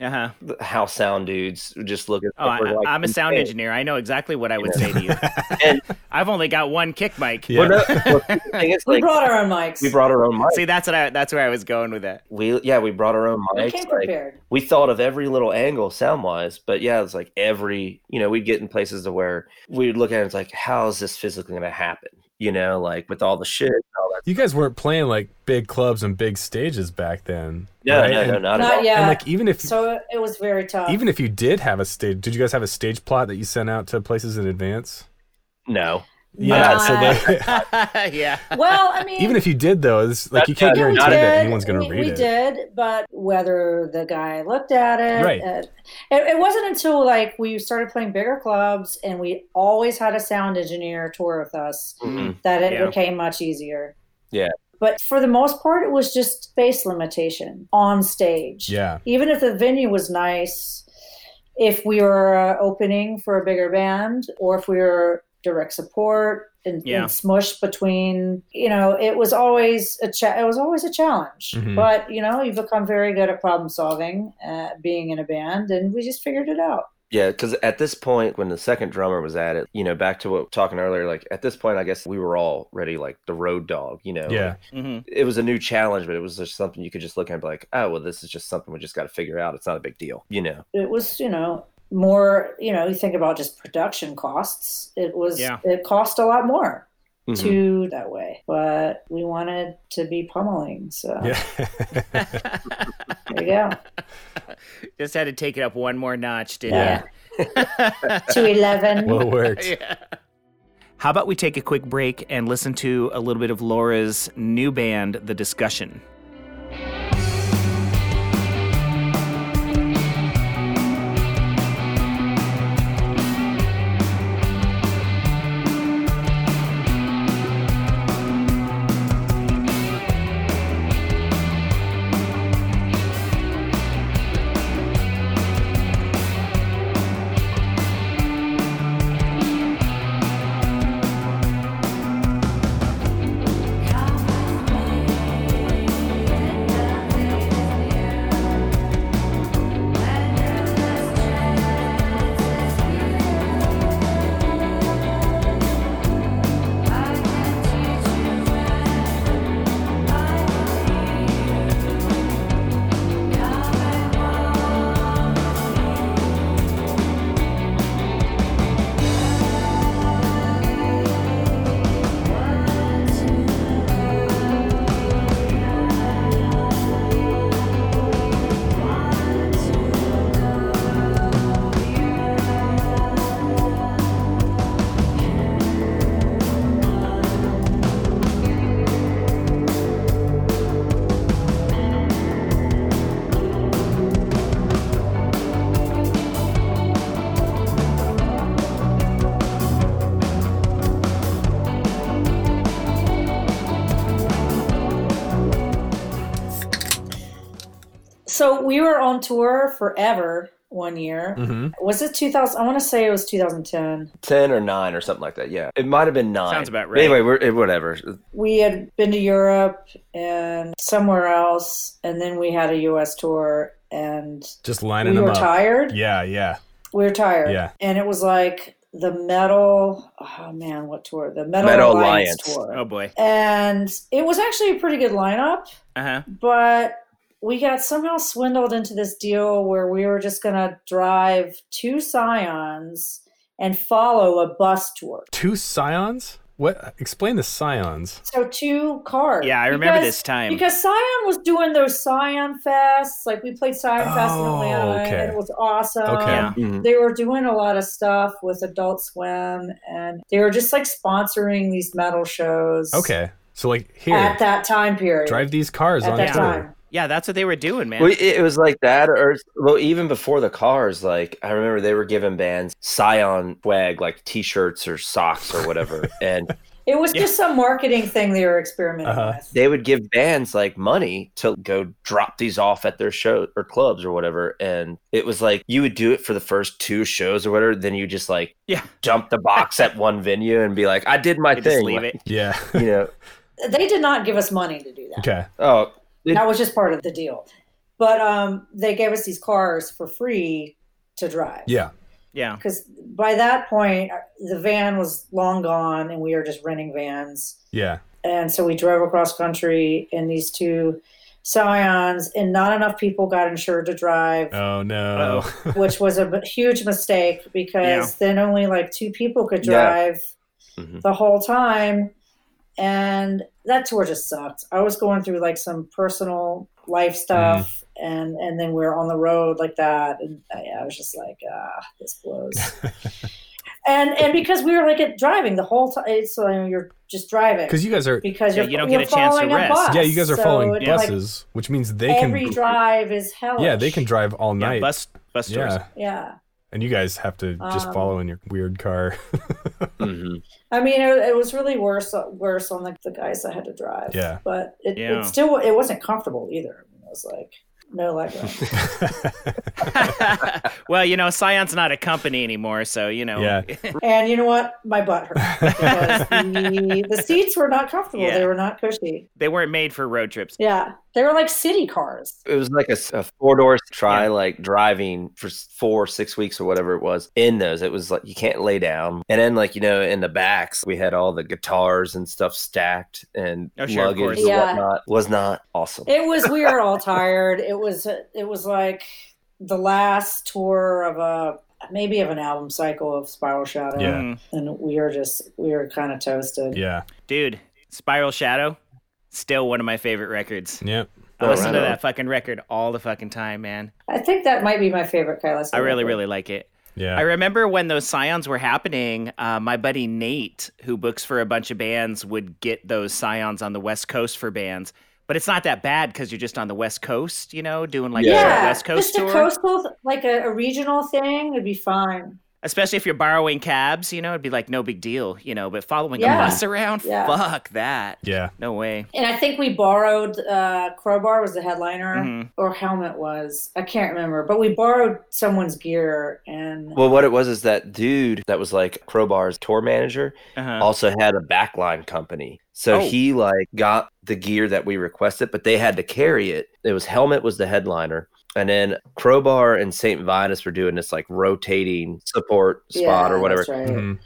Uh huh.
th- how sound dudes would just look at.
Oh, I,
we're like,
I'm a sound
"Hey."
engineer. I know exactly what I would say to you.
And-
I've only got one kick mic.
Yeah.
Well, no, well, the thing is,
We
like,
brought our own mics.
we brought our own mics.
See, that's what I. That's where I was going with it.
We yeah, we brought our own
we
mics.
came
like,
prepared.
we thought of every little angle sound wise, but yeah, it's like every you know we'd get in places to where we'd look at it, it's like how is this physically going to happen? You know, like with all the shit, and all that.
You guys weren't playing like big clubs and big stages back then.
No,
right?
no,
and,
no, not, at all.
Not yet.
And like even if
so uh, it was very tough.
even if you did have a stage, did you guys have a stage plot that you sent out to places in advance?
No,
Yeah.
Not-
so that,
yeah.
well, I mean,
even if you did though, it's like you can't
Yeah, we
guarantee
did.
that anyone's going
we,
to read
we
it.
did, but whether the guy looked at it,
Right.
uh, it, it wasn't until like we started playing bigger clubs and we always had a sound engineer tour with us
Mm-mm.
that it
Yeah.
became much easier.
Yeah.
But for the most part, it was just space limitation on stage.
Yeah.
Even if the venue was nice, if we were uh, opening for a bigger band or if we were direct support and,
Yeah.
and smush between, you know, it was always a cha- it was always a challenge.
Mm-hmm.
Mhm.
But you know, you become very good at problem solving, uh, being in a band, and we just figured it out.
yeah, because at this point when the second drummer was at it, you know, back to what talking earlier, like at this point, I guess we were all ready, like the road dog, you know,
Yeah.
hmm
It was a new challenge, but it was just something you could just look at and be like, oh, well, this is just something we just got to figure out. It's not a big deal, you know.
it was you know more you know you think about just production costs it was
Yeah. Mm-hmm.
it cost a lot more
Mhm.
to that way but we wanted to be pummeling so
Yeah.
there you go
Just had to take it up one more notch, didn't
Yeah.
ya?
to 11
well, it worked.
yeah. How about we take a quick break and listen to a little bit of Laura's new band, The Discussion?
Come with me.
So we were on tour forever one year.
Mm-hmm.
Was it 2000? I want to say it was 2010.
10 or 9 or something like that. Yeah. It might have been 9.
Sounds about
But Anyway, we're, it, whatever.
We had been to Europe and somewhere else, and then we had a US tour, and
Just
we
lining them
were
up.
tired.
Yeah, yeah.
We were tired.
Yeah.
And it was like the metal, oh man, what tour? The Metal,
Metal
Alliance,
Alliance.
tour.
Oh boy.
And it was actually a pretty good lineup.
Uh huh.
but we got somehow swindled into this deal where we were just going to drive two scions and follow a bus tour.
Two scions? What? Explain the scions.
So two cars.
Yeah, I remember this time.
Because Scion was doing those Scion fests, like we played Scion Fest in
Oh,
Atlanta,
okay.
and it was awesome.
Okay. Mm-hmm.
Yeah.
Mhm.
They were doing a lot of stuff with Adult Swim, and they were just like sponsoring these metal shows.
Okay. So like here,
At that time period.
drive these cars
at
on
that
tour.
time.
Yeah, that's what they were doing, man.
Well, it, it was like that, or well, even before the cars. Like I remember, they were giving bands Scion swag, like T-shirts or socks or whatever, and
It was
Yeah.
just some marketing thing they were experimenting
Uh-huh.
with.
they would give bands like money to go drop these off at their show or clubs or whatever. And it was like you would do it for the first two shows or whatever. Then you just like
Yeah.
dump the box at one venue and be like, I did my
You
thing.
just leave
like,
it.
Yeah.
You know,
they did not give us money to do that.
okay.
oh, It-
That was just part of the deal. But um, they gave us these cars for free to drive.
Yeah.
Yeah.
Because by that point, the van was long gone and we were just renting vans.
Yeah.
And so we drove across country in these two scions, and not enough people got insured to drive,
Oh no.
which was a b- huge mistake because then only like two people could
Yeah.
drive
Mm-hmm.
Mhm.
the whole time. And that tour just sucked. I was going through like some personal
Mm.
life stuff, and and then we were on the road like that, and uh, I, I was just like, ah, this blows. and and because we were like at driving the whole time, so you know, you're just driving
Because you guys are.
because
Yeah,
you're,
you don't
you're
get a chance to
following
rest.
bus.
Yeah, you guys are
So
following
it's
buses, which means they
Like,
can.
every drive is hell.
yeah, they can drive all
Yeah,
night.
bus bus tours.
yeah.
Yeah,
And you guys have to just
Um,
follow in your weird car.
Mm-hmm.
mhm.
I mean, it, it was really worse worse on the, the guys that had to drive.
Yeah.
but it,
Yeah.
it still it wasn't comfortable either. I was like, no leg room.
well, you know, Scion's not a company anymore, so you know.
Yeah.
And you know what? My butt hurt because the, the seats were not comfortable.
Yeah.
They were not cushy.
They weren't made for road trips.
Yeah. They were like city cars.
It was like a, four door try,
Yeah.
like driving for s- four, six weeks or whatever it was. In those, it was like you can't lay down. And then, like you know, in the backs, we had all the guitars and stuff stacked, and
Oh, sure, of
luggage
course.
and
Yeah.
whatnot was not awesome.
It was we were all tired. It was it was like the last tour of a maybe of an album cycle of Spiral Shadow.
Yeah.
Mm.
And we were just we were kind of toasted.
yeah.
Dude, Spiral Shadow, still one of my favorite records.
Yep.
I
Oh,
listen
right
to
on.
that fucking record all the fucking time, man.
I think that might be my favorite Kailas.
I really, really like it.
Yeah.
I remember when those scions were happening, uh, my buddy Nate, who books for a bunch of bands, would get those scions on the West Coast for bands. But it's not that bad because you're just on the West Coast, you know, doing like a
yeah,
Yeah.
West Coast
just a
tour.
coastal, like a, a regional thing, would be fine.
Especially if you're borrowing cabs, you know, it'd be like no big deal, you know. But following
Yeah.
a bus around,
Yeah.
fuck that.
yeah.
No way.
And I think we borrowed uh, Crowbar was the headliner,
Mhm.
or Helmet was. I can't remember, but we borrowed someone's gear and
Well, what it was is that dude that was like Crowbar's tour manager
Uh-huh.
also had a backline company. So
Oh.
he like got the gear that we requested, but they had to carry it. It was Helmet was the headliner. And then Crowbar and St. Vitus were doing this like rotating support
Yeah,
spot or whatever. Mm-hmm.
that's right.
Mhm.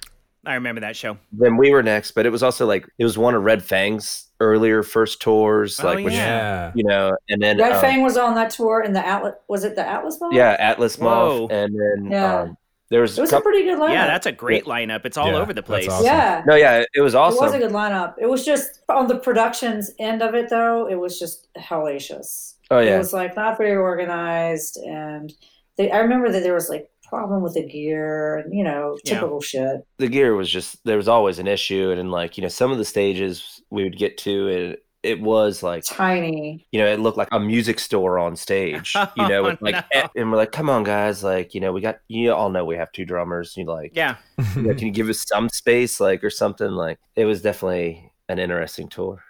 I remember that show.
Then we were next, but it was also like it was one of Red Fang's earlier first tours,
Oh,
like which
Yeah.
you know, and then
Red
um,
Fang was on that tour, and the Atlas was it the Atlas Ball?
yeah, Atlas
Whoa.
Moth, and then
Yeah.
um, there was,
it was
a
a
couple.
pretty good lineup.
Yeah, that's a great lineup. It's all
Yeah,
over the
that's
place.
awesome.
yeah.
no, yeah, it was
It
awesome.
was a good lineup. It was just on the production's end of it, though. It was just hellacious.
oh yeah,
It was like not very organized, and they, I remember that there was like problem with the gear, and you know,
Yeah.
typical shit.
the gear was just there was always an issue and, then like you know some of the stages we would get to and it was like
Tiny.
you know it looked like a music store on stage you know with
Oh,
like
no.
and we're like come on guys like you know we got you all know we have two drummers you like
Yeah.
you know, can you give us some space like or something like it was definitely an interesting tour.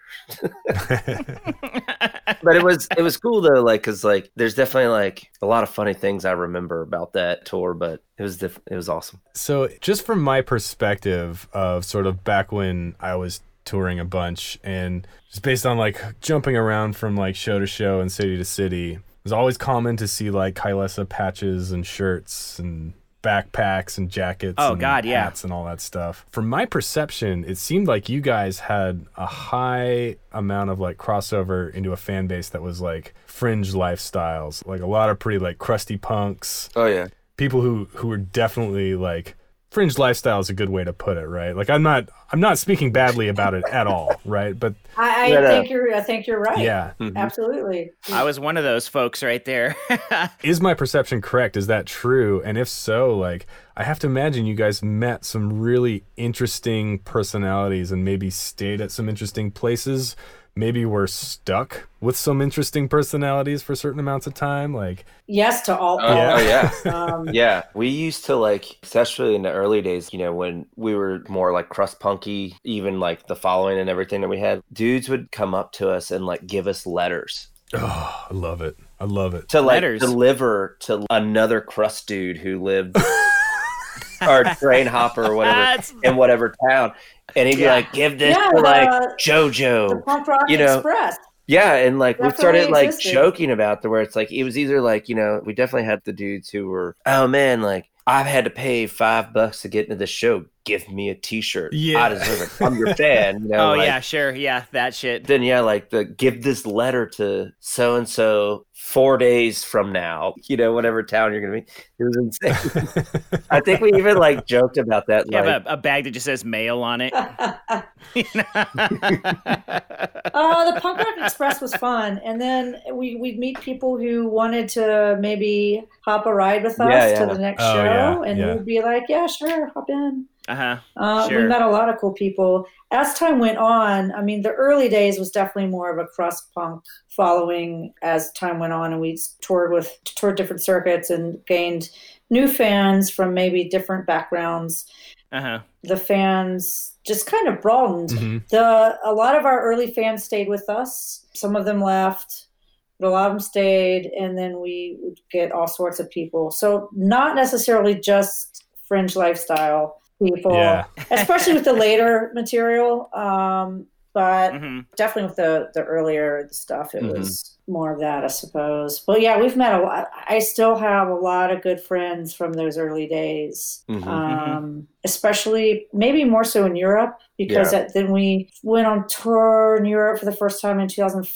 but it was it was cool though, like because like there's definitely like a lot of funny things I remember about that tour, but it was diff- it was awesome.
So, just from my perspective of sort of back when I was touring a bunch and just based on like jumping around from like show to show and city to city, it was always common to see like Kylesa patches and shirts and backpacks and jackets
Oh,
and
God, yeah.
hats and all that stuff. From my perception, it seemed like you guys had a high amount of like crossover into a fan base that was like fringe lifestyles, like a lot of pretty like crusty punks,
Oh yeah.
people who who are definitely like fringe lifestyle is a good way to put it, right? Like I'm not I'm not speaking badly about it at all, right? But
I, I
Yeah, Mm-hmm. no.
think you're. I think you're right.
yeah,
absolutely.
I was one of those folks right there.
is my perception correct? Is that true? And if so, like I have to imagine you guys met some really interesting personalities and maybe stayed at some interesting places. Maybe were stuck with some interesting personalities for certain amounts of time. Like,
Yes to all.
Oh
Yeah.
yeah. Oh, yeah.
Um,
Yeah, we used to like, especially in the early days, you know, when we were more like crust punky, even like the following and everything that we had, dudes would come up to us and like give us letters
oh, I love it. I love it.
to like
Letters?
deliver to another crust dude who lived or train hopper or whatever
That's-
in whatever town. And he'd be
Yeah.
like, give this
Yeah,
to like
the-
JoJo.
the Punk Rock
You know,
Express.
Yeah, and like we
That's
started
already
like
existed.
joking about the where it's like it was either like you know we definitely had the dudes who were oh man like I've had to pay five bucks to get into the show. Give me a T-shirt.
Yeah.
I deserve it. I'm your fan. You know,
oh
like,
yeah, sure, yeah, that shit.
Then yeah, like the give this letter to so and so four days from now. You know, whatever town you're gonna be. It was insane. I think we even like joked about that.
You
like,
have a, a bag that just says mail on it.
uh, the Punk Rock Express was fun, and then we we'd meet people who wanted to maybe hop a ride with us
Yeah, yeah.
to the next
Oh,
show,
yeah,
and
yeah.
we'd be like, "Yeah, sure, hop in."
Uh huh.
Uh,
Sure.
We met a lot of cool people. As time went on, I mean, the early days was definitely more of a crust punk following. As time went on, and we toured with toured different circuits and gained new fans from maybe different backgrounds.
Uh huh.
The fans just kind of broadened
Mhm.
the a lot of our early fans stayed with us some of them left but a lot of them stayed and then we would get all sorts of people so not necessarily just fringe lifestyle people
Yeah.
especially with the later material um, but
hmm
definitely with the the earlier stuff it was more of that i suppose but yeah we've met a lot i still have a lot of good friends from those early days
Mhm.
Mm-hmm.
um, especially maybe more so in europe because that, then we went on tour in europe for the first time in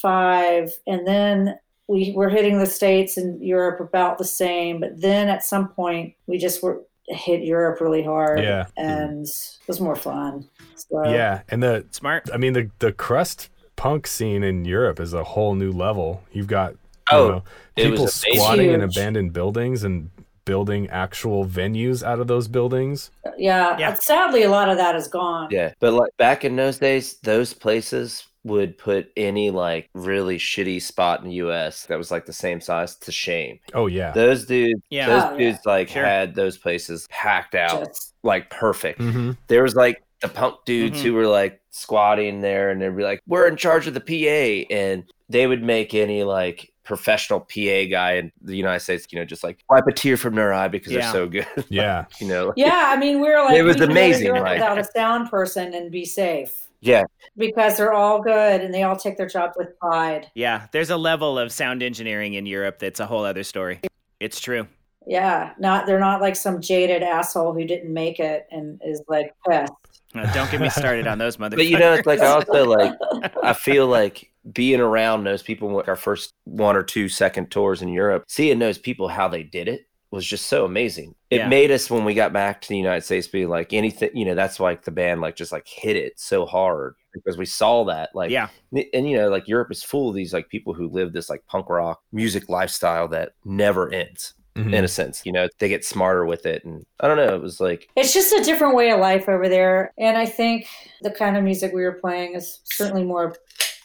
2005 and then we were hitting the states and europe about the same but then at some point we just were hit europe really hard
Yeah.
and it was more fun so
Yeah. And the
Smart.
I mean the the crust punk scene in Europe is a whole new level. You've got you
Oh,
know,
it was
Uh-huh. people
amazing.
squatting in
Huge.
abandoned buildings and building actual venues out of those buildings.
Yeah. uh,
Yeah.
Sadly, a lot of that is gone.
Yeah, but like back in those days, those places would put any like really shitty spot in the U.S. that was like the same size to shame.
Oh yeah.
Those dudes,
Yeah.
Oh,
those
yeah.
dudes like
Sure.
had those places packed out
Just-
like perfect.
Mm.
hmm
There was like the punk
Mm-hmm.
dudes who were like squatting there, and they'd be like, "We're in charge of the PA," and they would make any like professional PA guy in the United States, you know, just like wipe a tear from their eye because
Yeah.
they're so good,
Yeah.
you know.
yeah, I mean, we were like,
It was
we could go to
amazing,
Europe
right?
without a sound person and be safe
Yeah,
because they're all good and they all take their jobs with pride.
Yeah, there's a level of sound engineering in Europe that's a whole other story. It's true.
Yeah, not they're not like some jaded asshole who didn't make it and is like pissed.
Uh, don't get me started on those motherfuckers.
but you know, it's like also like I feel like being around those people, like our first one or two second tours in Europe, seeing those people how they did it was just so amazing. It
Yeah.
made us when we got back to the United States be like anything, you know, that's like the band like just like hit it so hard because we saw that like
yeah,
and, and, you know like Europe is full of these like people who live this like punk rock music lifestyle that never ends
Mhm.
in a sense. You know, they get smarter with it and I don't know, it was like
It's just a different way of life over there, and I think the kind of music we were playing is certainly more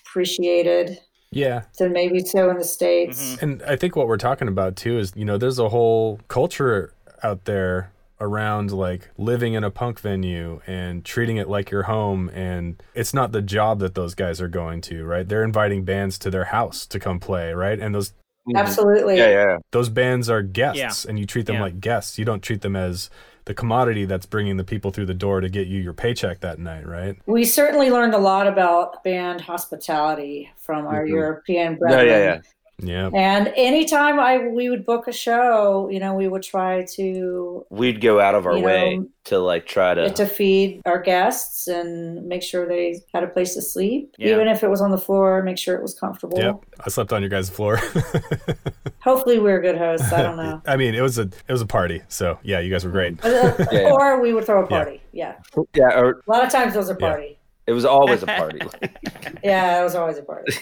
appreciated
Yeah.
than maybe so in the states.
Mm-hmm.
Mhm.
And I think what we're talking about too is, you know, there's a whole culture out there around like living in a punk venue and treating it like your home. And it's not the job that those guys are going to, right? They're inviting bands to their house to come play, right? And those
mm-hmm.
Absolutely.
Yeah, yeah.
those bands are guests and you treat them
Yeah.
like guests. You don't treat them as the commodity that's bringing the people through the door to get you your paycheck that night, right?
We certainly learned a lot about band hospitality from our
Mhm.
European
Yeah,
brethren.
yeah, yeah.
Yeah.
And anytime I we would book a show, you know, we would try to
We'd go out of our
You know,
way to like try to.
to feed our guests and make sure they had a place to sleep,
Yeah.
even if it was on the floor, make sure it was comfortable.
Yep. I slept on your guys' floor.
Hopefully, we were good hosts. I don't know.
I mean, it was a it was a party. So, yeah, you guys were great.
Mm-hmm. Yeah.
Or we would throw a party. Yeah.
yeah, or
A lot of times it was a
Yeah.
party.
it was always a party.
Yeah, it was always a party.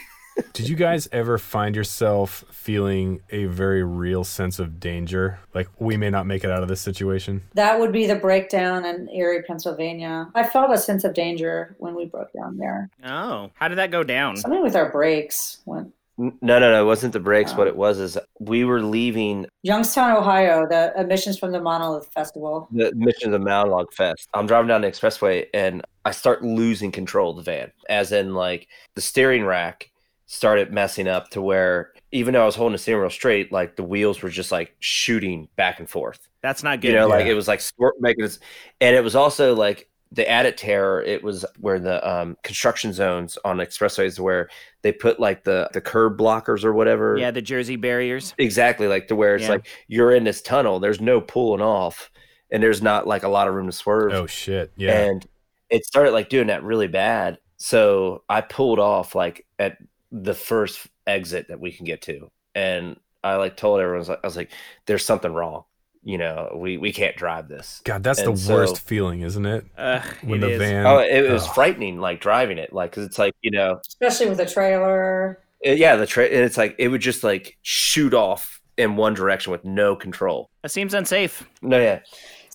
Did you guys ever find yourself feeling a very real sense of danger? Like, we may not make it out of this situation?
That would be the breakdown in Erie, Pennsylvania. I felt a sense of danger when we broke down there.
Oh, how did that go down?
Something with our brakes went.
N- no, no, no. It wasn't the breaks.
Uh.
What it was is we were leaving
Youngstown, Ohio, the emissions from the Monolith Festival.
the mission of the Mound Log Fest. I'm driving down the expressway and I start losing control of the van, as in like the steering rack started messing up to where even though I was holding the steering wheel straight, like the wheels were just like shooting back and forth.
That's not good.
You know, like
Yeah.
it was like squirt making this, and it was also like the added terror. It was where the um, construction zones on expressways where they put like the the curb blockers or whatever.
yeah, the Jersey barriers.
Exactly, like to where it's
Yeah.
like you're in this tunnel. There's no pulling off, and there's not like a lot of room to swerve
Oh, shit. Yeah.
and it started like doing that really bad so i pulled off like at the first exit that we can get to and i like told everyone i was like there's something wrong you know we we can't drive this
God, that's the
and so-
worst feeling, isn't it?
Ugh,
When
it
the
is.
van.
oh it, was
Ugh.
frightening like driving it like because it's like you know
especially with a trailer.
it- yeah the tra- and it's like it would just like shoot off in one direction with no control
That seems unsafe.
no yeah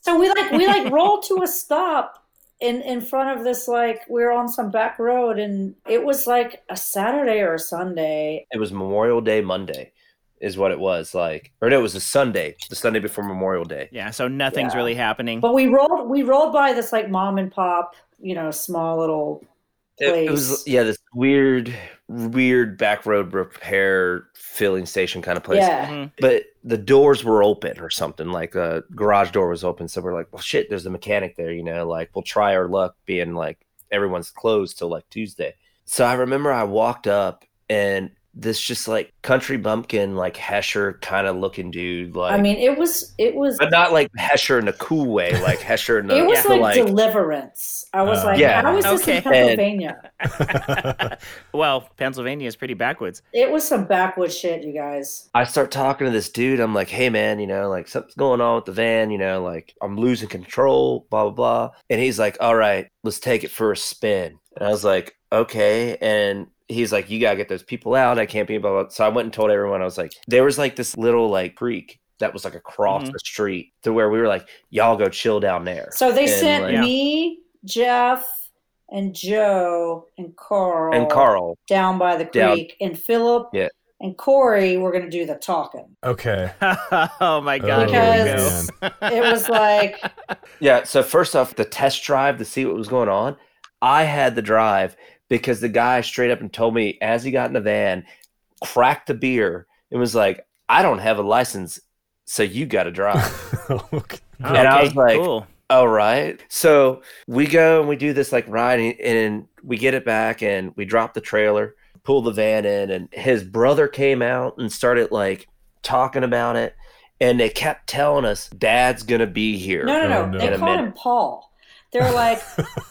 So we like we like rolled to a stop in in front of this like we were on some back road and it was like a Saturday or a Sunday.
it was memorial day monday is what it was like or no it was a sunday the sunday before memorial day
Yeah, so nothing's
Yeah.
really happening.
But we rolled we rolled by this like mom and pop, you know, small little
It, it
place.
was yeah, this weird, weird back road repair filling station kind of place.
yeah.
Mhm.
But the doors were open or something. Like the garage door was open, so we're like, well, shit, there's a mechanic there, you know. Like we'll try our luck, being like everyone's closed till like Tuesday. So I remember I walked up and this just like country bumpkin, like Hesher kind of looking dude, like
I mean, it was it was
but not like Hesher in a cool way, like Hesher in a
it was
the,
like, deliverance. I was
Uh,
like,
Yeah.
how is this
Okay.
in Pennsylvania?
well, Pennsylvania is pretty backwards.
It was some backwoods shit, you guys.
I start talking to this dude. I'm like, hey, man, you know, like something's going on with the van, you know, like I'm losing control, blah, blah, blah. And he's like, all right, let's take it for a spin. And I was like, okay. And he's like, you got to get those people out. I can't be, blah, blah. So I went and told everyone, I was like, there was like this little like creek that was like across
Mhm.
the street to where we were like, y'all go chill down there.
So they
And,
sent
like-
me, Jeff, and Joe and Carl
and Carl,
down by the
Down.
creek, and Philip
Yeah.
and Corey were going to do the talking.
okay.
oh my god, here we go.
Because- It was like,
Yeah. So first off, the test drive to see what was going on. I had the drive because the guy straight up and told me as he got in the van, cracked the beer and was like, "I don't have a license, so you got to drive."
man. okay.
Oh,
And I
okay,
was like-
cool.
All right. So we go and we do this like ride and, and we get it back and we drop the trailer, pull the van in, and his brother came out and started like talking about it. And they kept telling us, Dad's going to be here.
no, no, no.
Oh, no.
They
In a
called
minute.
him Paul. They're like,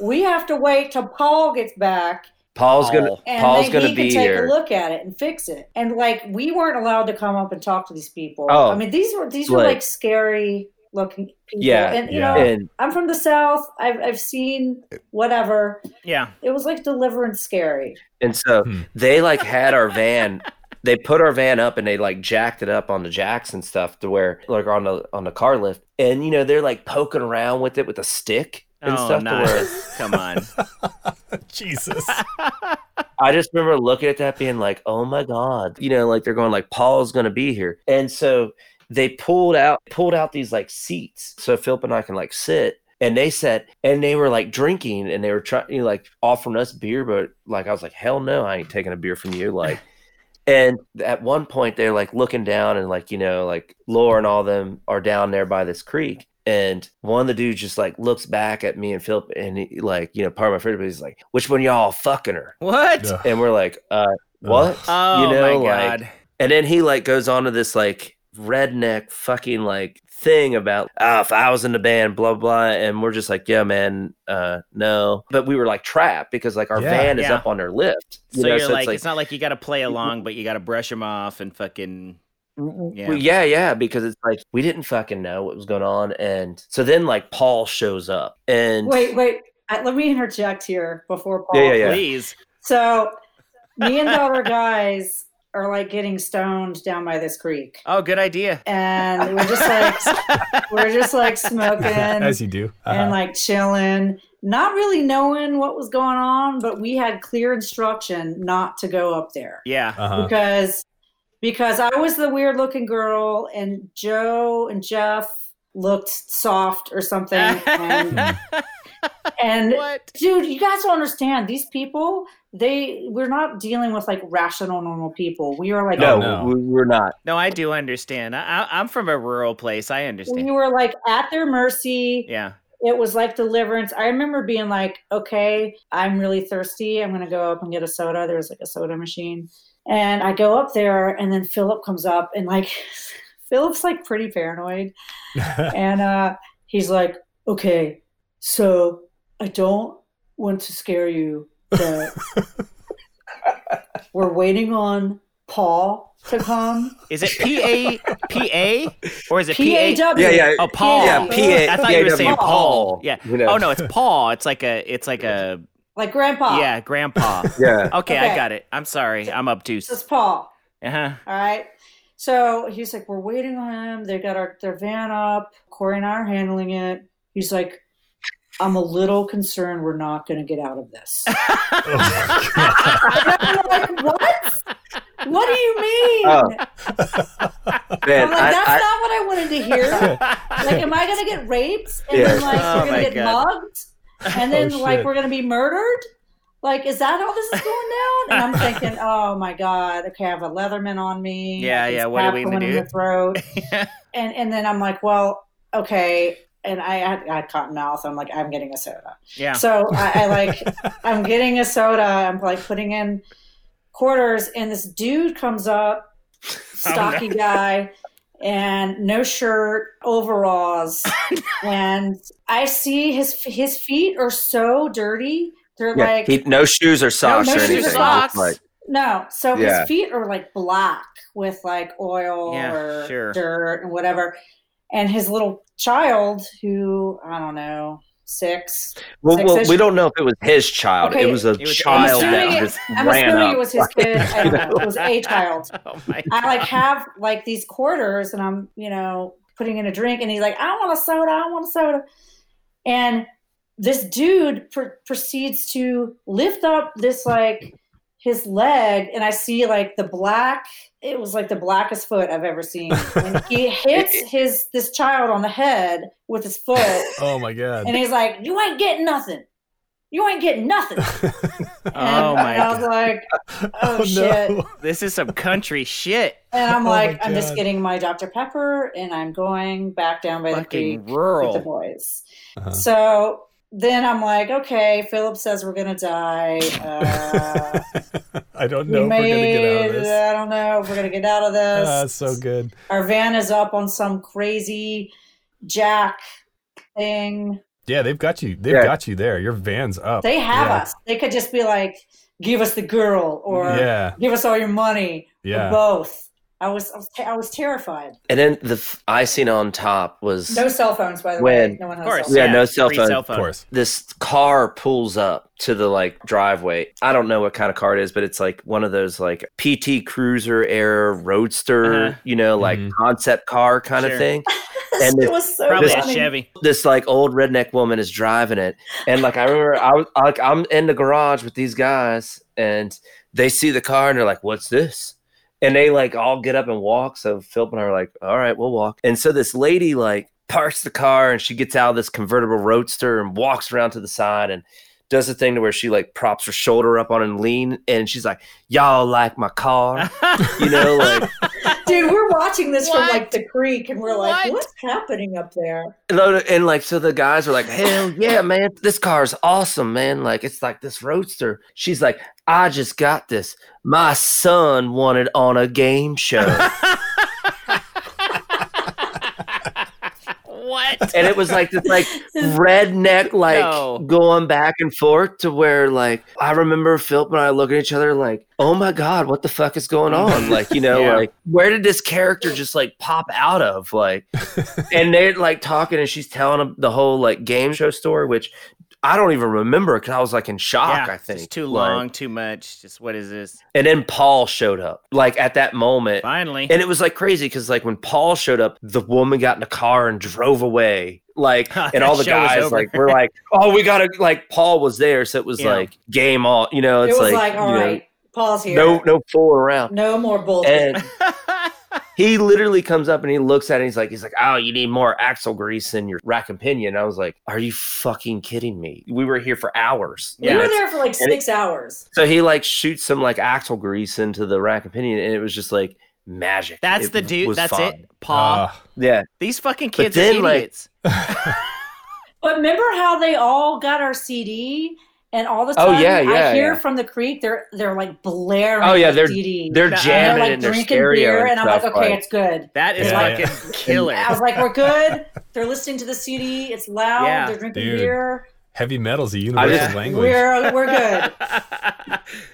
we have to wait till Paul gets back
Paul's going to
Paul.
and
Paul's
then
going to
he
be
can take
here.
a look at it and fix it. And like, we weren't allowed to come up and talk to these people.
Oh.
I mean, these were these were
Like-
like scary looking people.
Yeah,
and you
yeah.
know,
And
I'm from the south. I've I've seen whatever.
yeah,
It was like deliverance scary.
And so
Hmm.
they like had our van. They put our van up and they like jacked it up on the jacks and stuff to where like on the on the car lift. And you know they're like poking around with it with a stick and
oh
stuff. To where
nice. Come on,
Jesus.
I just remember looking at that being like, oh my god, you know, like they're going like Paul's gonna be here. And so they pulled out pulled out these like seats so Philip and I can like sit. And they sat and they were like drinking and they were trying you know, like offering us beer, but like I was like, Hell no, I ain't taking a beer from you. Like and at one point they're like looking down and like, you know, like Laura and all them are down there by this creek. And one of the dudes just like looks back at me and Philip and he, like, you know, part of my friend, but he's like, Which one of y'all fucking her?
What?
Yeah.
And we're like, uh, what?
Oh
you know,
my
like-
god.
and then he like goes on to this like redneck fucking like thing about oh, if I was in the band, blah blah, and we're just like, yeah, man, uh, no. But we were like trapped because like our
Yeah.
van is
Yeah.
up on their lift.
so
know,
you're
it's
like, it's, not like you got to play along, but you got to brush them off and fucking.
yeah.
Yeah.
yeah, yeah, because it's like we didn't fucking know what was going on, and so then like Paul shows up, and
Wait, wait. I, let me interject here before Paul.
Yeah, yeah, yeah.
Please.
So, me and the other guys are like getting stoned down by this creek,
Oh, good idea.
and we're just like we're just like smoking
As you do.
and
Uh-huh.
like chilling, not really knowing what was going on, but we had clear instruction not to go up there
yeah.
Uh-huh.
because because I was the weird looking girl, and Joe and Jeff looked soft or something, and, and
what?
dude you guys don't understand these people they we're not dealing with like rational normal people we are like
no,
Oh, no.
We, we're not.
No, I do understand. I, I, I'm from a rural place. I
we
understand.
were like at their mercy
Yeah.
it was like deliverance i remember being like okay i'm really thirsty i'm gonna go up and get a soda there was like a soda machine and i go up there and then philip comes up and like philip's like pretty paranoid
Uh-huh.
and uh, he's like, "Okay, so I don't want to scare you, but we're waiting on Paul to come.
Is it P A P A or is it
P
P
A
A?
W.
Yeah, yeah.
Oh, Paul.
Yeah, P A.
I thought you were saying
Paul.
Paul. Yeah.
You know,
Oh no, it's Paul. It's like a. It's like a.
Like Grandpa.
Yeah, Grandpa.
Yeah.
Okay,
Okay.
I got it. I'm sorry. I'm
So it's
obtuse.
Paul.
Uh huh.
All right. So he's like, "We're waiting on him. They got our their van up. Corey and I are handling it." He's like. I'm a little concerned we're not going to get out of this. And
Oh,
I'm like, what? What do you mean?
Oh, Man,
I'm like, that's
I,
not what I wanted to hear. like, am I gonna get raped? And then
Yeah.
like
Oh,
we're gonna
my
get
God.
mugged? And then
Oh,
like
shit.
we're gonna be murdered? Like, is that how this is going down? And I'm thinking, oh my God, okay, I have a Leatherman on me.
Yeah,
It's
yeah, what are we
stabbed
gonna
someone
do?
In the throat. and and then I'm like, well, okay. And I had, I had cotton mouth. I'm like, I'm getting a soda.
Yeah.
So I, I like, I'm getting a soda. I'm like putting in quarters, and this dude comes up,
Oh,
stocky guy, and no shirt, overalls, and I see his his feet are so dirty. They're
yeah,
like
he, no shoes or socks
no
or
shoes or
anything. It's
socks.
like-
no, so
Yeah.
his feet are like black with like oil
Yeah,
or
sure.
dirt and whatever. And his little child, who I don't know, six.
Well, well,
Six-ish.
we don't know if it was his child.
Okay,
It was a
was-
I'm
child
assuming,
that
it,
just
I'm
ran
assuming
up.
it was his kid. I don't know. It was a child.
Oh my.
I like have like these quarters and I'm, you know, putting in a drink and he's like, I want a soda, I want a soda. And this dude pr- proceeds to lift up this like his leg and I see like the black, it was like the blackest foot I've ever seen. And he hits his this child on the head with his foot
oh my god.
and he's like, You ain't getting nothing. You ain't getting nothing.
Oh
and
my
I was
god.
like, Oh, shit.
This is some country shit.
And I'm
Oh my
like, I'm just
God.
getting my Dr. Pepper and I'm going back down by the creek
Fucking
with the
rural.
boys.
Uh-huh.
So then I'm like, okay, Philip says we're going to die. Uh,
I don't
we
know if we're gonna get out
made
of
it.
this.
I don't know if we're going to get out of this.
Ah, so good.
Our van is up on some crazy jack thing.
Yeah, they've got you. They've
Yeah.
got you there. Your van's up.
They have
Yeah.
us. They could just be like, give us the girl or
Yeah,
give us all your money or
yeah.
both. I was, I was, I was terrified.
And then the f- icing on top was
No cell phones, by the way.
When-
No one
Of
has
course.
cell
Yeah, no cell
free
phone.
Of course.
this car pulls up to the like driveway. I don't know what kind of car it is, but it's like one of those like PT Cruiser era roadster,
Uh-huh.
you know, like
Mhm.
concept car kind
Sure.
of thing.
It
And this-
was so
Probably a
funny.
Chevy.
this like old redneck woman is driving it and like i remember i was like i'm in the garage with these guys and they see the car and they're like what's this And they like all get up and walk. So Philip and I are like, all right, we'll walk. And so this lady like parks the car and she gets out of this convertible roadster and walks around to the side and does the thing to where she like props her shoulder up on and lean and she's like, Y'all like my car? you know, like
Dude, we're watching this from
What?
like the creek and we're like,
What?
what's happening up there?
And, lo- and like, so the guys were like, hell yeah, man. This car is awesome, man. Like, it's like this roadster. She's like, I just got this. My son won it on a game show.
What?
and it was like this, like, redneck, like,
No.
going back and forth to where, like, I remember Philip and I looking at each other, like, oh my God, what the fuck is going on? Like, you know,
Yeah.
like, where did this character just, like, pop out of? Like, and they're, like, talking, and she's telling them the whole, like, game show story, which, I don't even remember because I was like in shock.
yeah,
I think
it's too
Like,
long, too much. Just what is this?
And then Paul showed up, like at that moment.
Finally,
And it was like crazy because, like, when Paul showed up, the woman got in a car and drove away. Like,
That
and all the
show was
guys,
over.
like, were like, oh, we got to, like, Paul was there. So it was
Yeah.
like game on, you know,
It
it's
was like,
you
all
know,
right, pause here.
no, no fool around.
No more bullshit.
And he literally comes up and he looks at it. And he's like, he's like, oh, you need more axle grease in your rack and pinion. I was like, are you fucking kidding me? We were here for hours.
we
yeah,
were there for like
and it-
six hours.
So he like shoots some like axle grease into the rack of pinion, and it was just like magic.
that's
It
the dude.
was
That's
fun.
it. Paul.
Ah.
Yeah,
These fucking
But
kids
then,
are
like-
idiots.
But remember how they all got our CD? And all the
Oh,
time,
yeah, yeah,
I hear
yeah.
from the creek, they're they're like blaring.
Oh, yeah,
the
they're-
CD.
they're
And
jamming
like
in their
drinking
stereo
beer,
and
and I'm like,
stuff,
okay,
like-
it's good.
that is
Yeah.
fucking killer.
I was like, we're good. They're listening to the CD. It's loud.
Yeah.
they're drinking
Dude.
beer.
Heavy metal's a universal
just-
language.
We're we're good.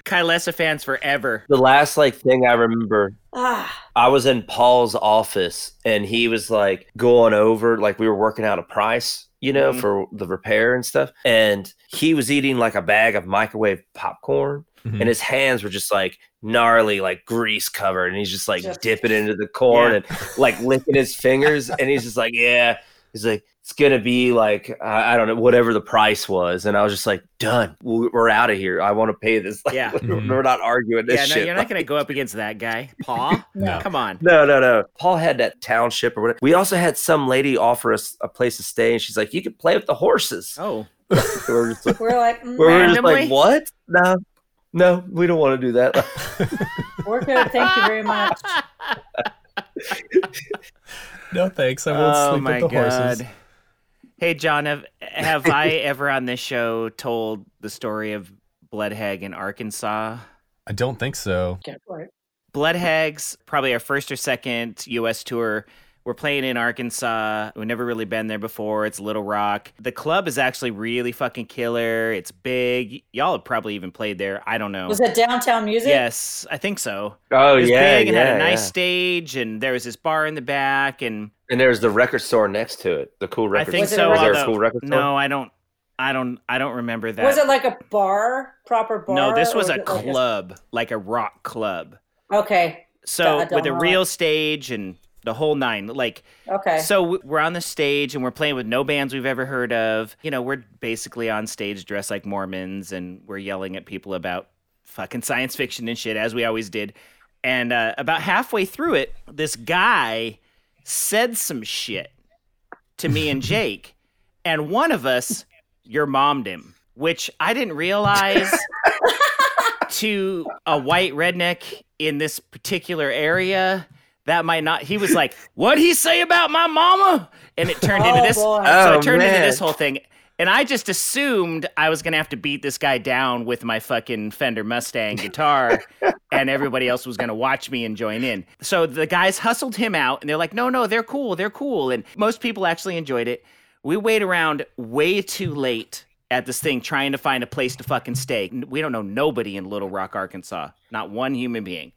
Kylesa fans forever.
the last like thing I remember.
ah,
I was in Paul's office, and he was like going over like we were working out a price, you know,
Mhm.
for the repair and stuff. And he was eating like a bag of microwave popcorn,
Mhm.
and his hands were just like gnarly, like grease covered, and he's just like
Just-
dipping into the corn
Yeah.
and like licking his fingers, and he's just like, yeah, he's like, it's gonna be like I, I don't know whatever the price was, and I was just like, done, We- we're out of here. I want to pay this. Like,
Yeah.
we're, we're not arguing this
Yeah, no,
shit.
you're
Like,
not gonna go up against that guy, Paul.
No.
Come on.
no, no, no. Paul had that township or whatever. We also had some lady offer us a place to stay, and she's like, "You could play with the horses."
Oh,
We We're just like,
we're like, mm,
we we're just
Randomly?
like, "What? No, no, we don't want to do that."
we're good. Thank you very much.
No thanks. I won't
oh
sleep
my
with the horses.
god. Hey John, have have I ever on this show told the story of Bloodhag in Arkansas?
I don't think so.
Get for it.
Bloodhags, probably our first or second U.S. tour. We're playing in Arkansas. We've never really been there before. It's Little Rock. The club is actually really fucking killer. It's big. Y'all have probably even played there. I don't know.
Was it downtown music?
yes, I think so.
oh
it was
yeah,
big and
yeah,
had a nice
yeah.
stage, and there was this bar in the back. And
And there's the record store next to it, the cool record.
I think
Was it
store.
a
so.
Is there
although-
a cool record store?
no, I don't. I don't. I don't remember that.
Was it like a bar, proper bar?
no, this
or
was a
it like
club, like a rock club.
okay,
So
I don't
with a
know.
real stage and the whole nine, like
okay.
So w- we're on the stage and we're playing with no bands we've ever heard of. You know, we're basically on stage dressed like Mormons and we're yelling at people about fucking science fiction and shit as we always did. And uh, about halfway through it, this guy said some shit to me and Jake, and one of us, your mommed him, which I didn't realize to a white redneck in this particular area that might not he was like what'd he say about my mama and it turned into
Oh,
this
boy.
so
Oh,
it turned into
man.
this whole thing and i just assumed i was gonna have to beat this guy down with my fucking fender mustang guitar and everybody else was gonna watch me and join in so the guys hustled him out and they're like no no they're cool they're cool and most people actually enjoyed it we wait around way too late at this thing trying to find a place to fucking stay. N- We don't know nobody in Little Rock, Arkansas, not one human being.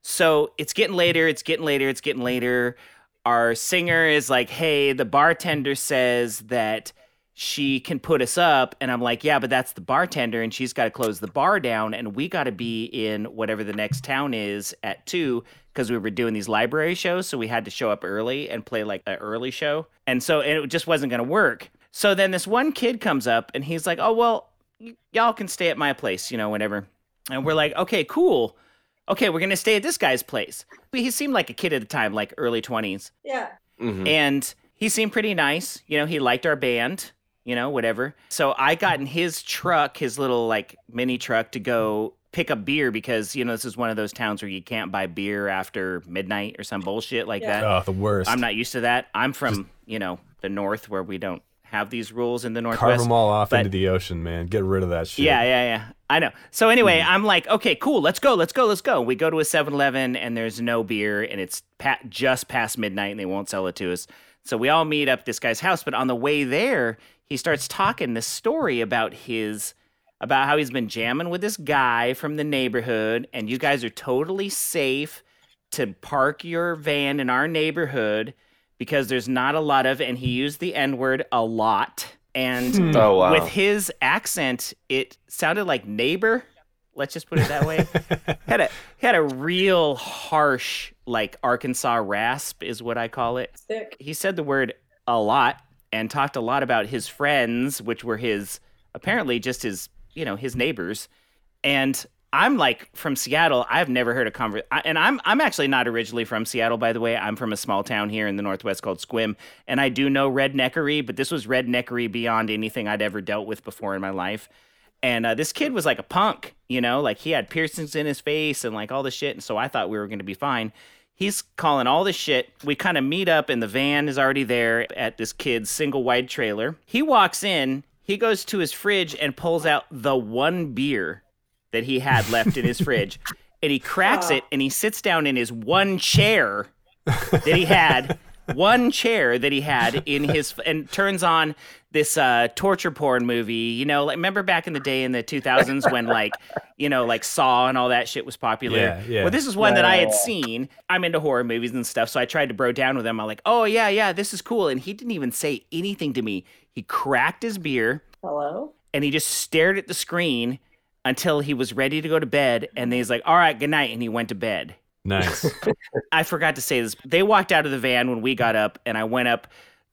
So it's getting later, it's getting later, it's getting later. Our singer is like, hey, the bartender says that she can put us up. And I'm like, yeah, but that's the bartender, and she's got to close the bar down, and we got to be in whatever the next town is at two because we were doing these library shows. So we had to show up early and play like an early show. And so it just wasn't going to work. So then this one kid comes up and he's like, oh, well, y- y'all can stay at my place, you know, whenever. And we're like, okay, cool. okay, we're going to stay at this guy's place. But he seemed like a kid at the time, like early 20s.
Yeah.
Mhm.
And he seemed pretty nice. You know, he liked our band, you know, whatever. So I got in his truck, his little like mini truck to go pick up beer because, you know, this is one of those towns where you can't buy beer after midnight or some bullshit like that.
Oh, the worst.
I'm not used to that. I'm from, you know, the north where we don't have these rules in the
Carve
northwest.
them all off
but-
into the ocean, man. Get rid of that shit.
Yeah, yeah, yeah. I know. So anyway, I'm like, okay, cool. Let's go. Let's go. Let's go. We go to a 7-Eleven and there's no beer and it's pa- just past midnight and they won't sell it to us. So we all meet up at this guy's house, but on the way there, he starts talking this story about his about how he's been jamming with this guy from the neighborhood and you guys are totally safe to park your van in our neighborhood because there's not a lot of and he used the n-word a lot and
Oh wow.
with his accent, it sounded like neighbor. Let's just put it that way. had a had a real harsh like Arkansas rasp is what I call it.
Thick.
He said the word a lot and talked a lot about his friends, which were his apparently just his you know his neighbors. And I'm like from Seattle. I've never heard a conver I, and I'm I'm actually not originally from Seattle, by the way. I'm from a small town here in the northwest called Squim, and I do know redneckery, but this was redneckery beyond anything I'd ever dealt with before in my life. And uh, this kid was like a punk, you know, like he had piercings in his face and like all this shit. And so I thought we were going to be fine. He's calling all this shit. We kind of meet up, and the van is already there at this kid's single wide trailer. He walks in, he goes to his fridge and pulls out the one beer that he had left in his fridge. And he cracks it and he sits down in his one chair that he had, one chair that he had in his, and turns on this uh, torture porn movie. You know, like remember back in the day in the 2000s when like, you know, like Saw and all that shit was popular.
Yeah, yeah.
Well, this is one that I had seen. I'm into horror movies and stuff, so I tried to bro down with him. I'm like, oh yeah, yeah, this is cool. And he didn't even say anything to me. He cracked his beer
Hello.
and he just stared at the screen until he was ready to go to bed and then he's like all right good night and he went to bed
Nice.
i forgot to say this they walked out of the van when we got up and i went up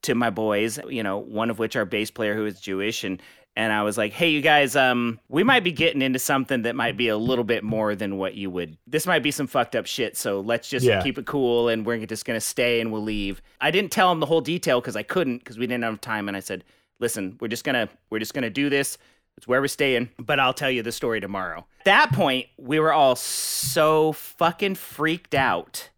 to my boys you know one of which our bass player who is jewish and and i was like hey you guys um we might be getting into something that might be a little bit more than what you would this might be some fucked up shit so let's just
Yeah.
keep it cool and we're just gonna stay and we'll leave i didn't tell him the whole detail because i couldn't because we didn't have time and i said listen we're just gonna we're just gonna do this it's where we're staying, but I'll tell you the story tomorrow. At that point, we were all so fucking freaked out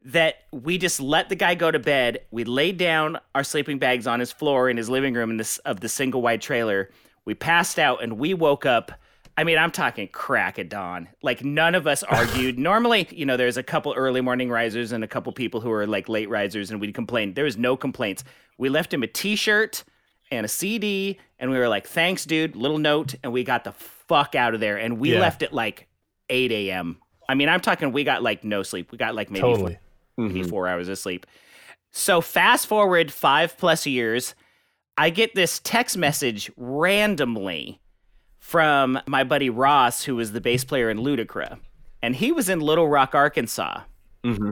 that we just let the guy go to bed. We laid down our sleeping bags on his floor in his living room in this of the single wide trailer. We passed out and we woke up. I mean, I'm talking crack at dawn. Like none of us argued. Normally, you know, there's a couple early morning risers and a couple people who are like late risers, and we'd complain. There was no complaints. We left him a T-shirt and a CD, and we were like, "Thanks, dude." Little note, and we got the fuck out of there. And we
Yeah.
left at like 8 a.m. I mean, I'm talking. We got like no sleep. We got like maybe
totally.
maybe four hours of sleep. So fast forward five plus years, I get this text message randomly from my buddy Ross, who was the bass player in Ludacra, and he was in Little Rock, Arkansas,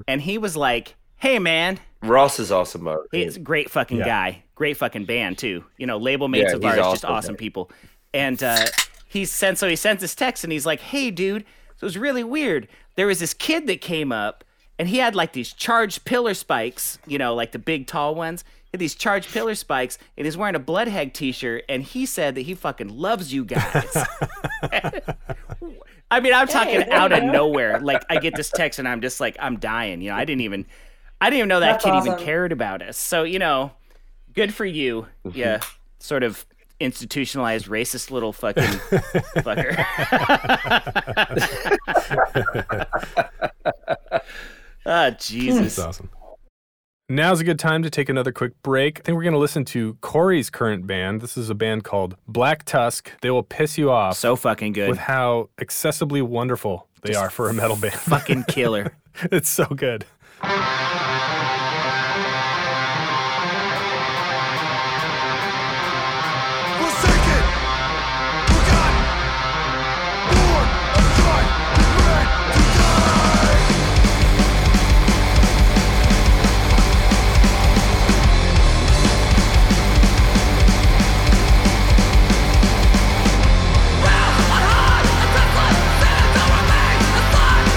and he was like, "Hey, man."
Ross is awesome. Mark.
He's a great fucking guy. Great fucking band too. You know, label mates
Yeah,
of
he's
ours, just
awesome,
awesome
man.
people. And uh, he sent so he sends this text and he's like, "Hey, dude, so it was really weird. There was this kid that came up and he had like these charged pillar spikes. You know, like the big tall ones. He had these charged pillar spikes, and he's wearing a Bloodhag T-shirt. And he said that he fucking loves you guys." I mean, I'm talking
there
out
you
of
go.
nowhere. Like, I get this text and I'm just like, I'm dying. You know, I didn't even, I didn't even know that
That's
kid even
awesome.
cared about us. So, you know, good for you. Yeah, sort of institutionalized racist little fucking fucker. Ah,
It's
Jesus.
awesome. Now's a good time to take another quick break. I think we're going to listen to Corey's current band. This is a band called Black Tusk. They will piss you off
So fucking
with
good.
how accessibly wonderful they are for a metal band.
fucking killer.
it's so good.
forsaken, forgotten, born of joy, regret to die. Well, what heart, a deathless, sinner to remain, a slave,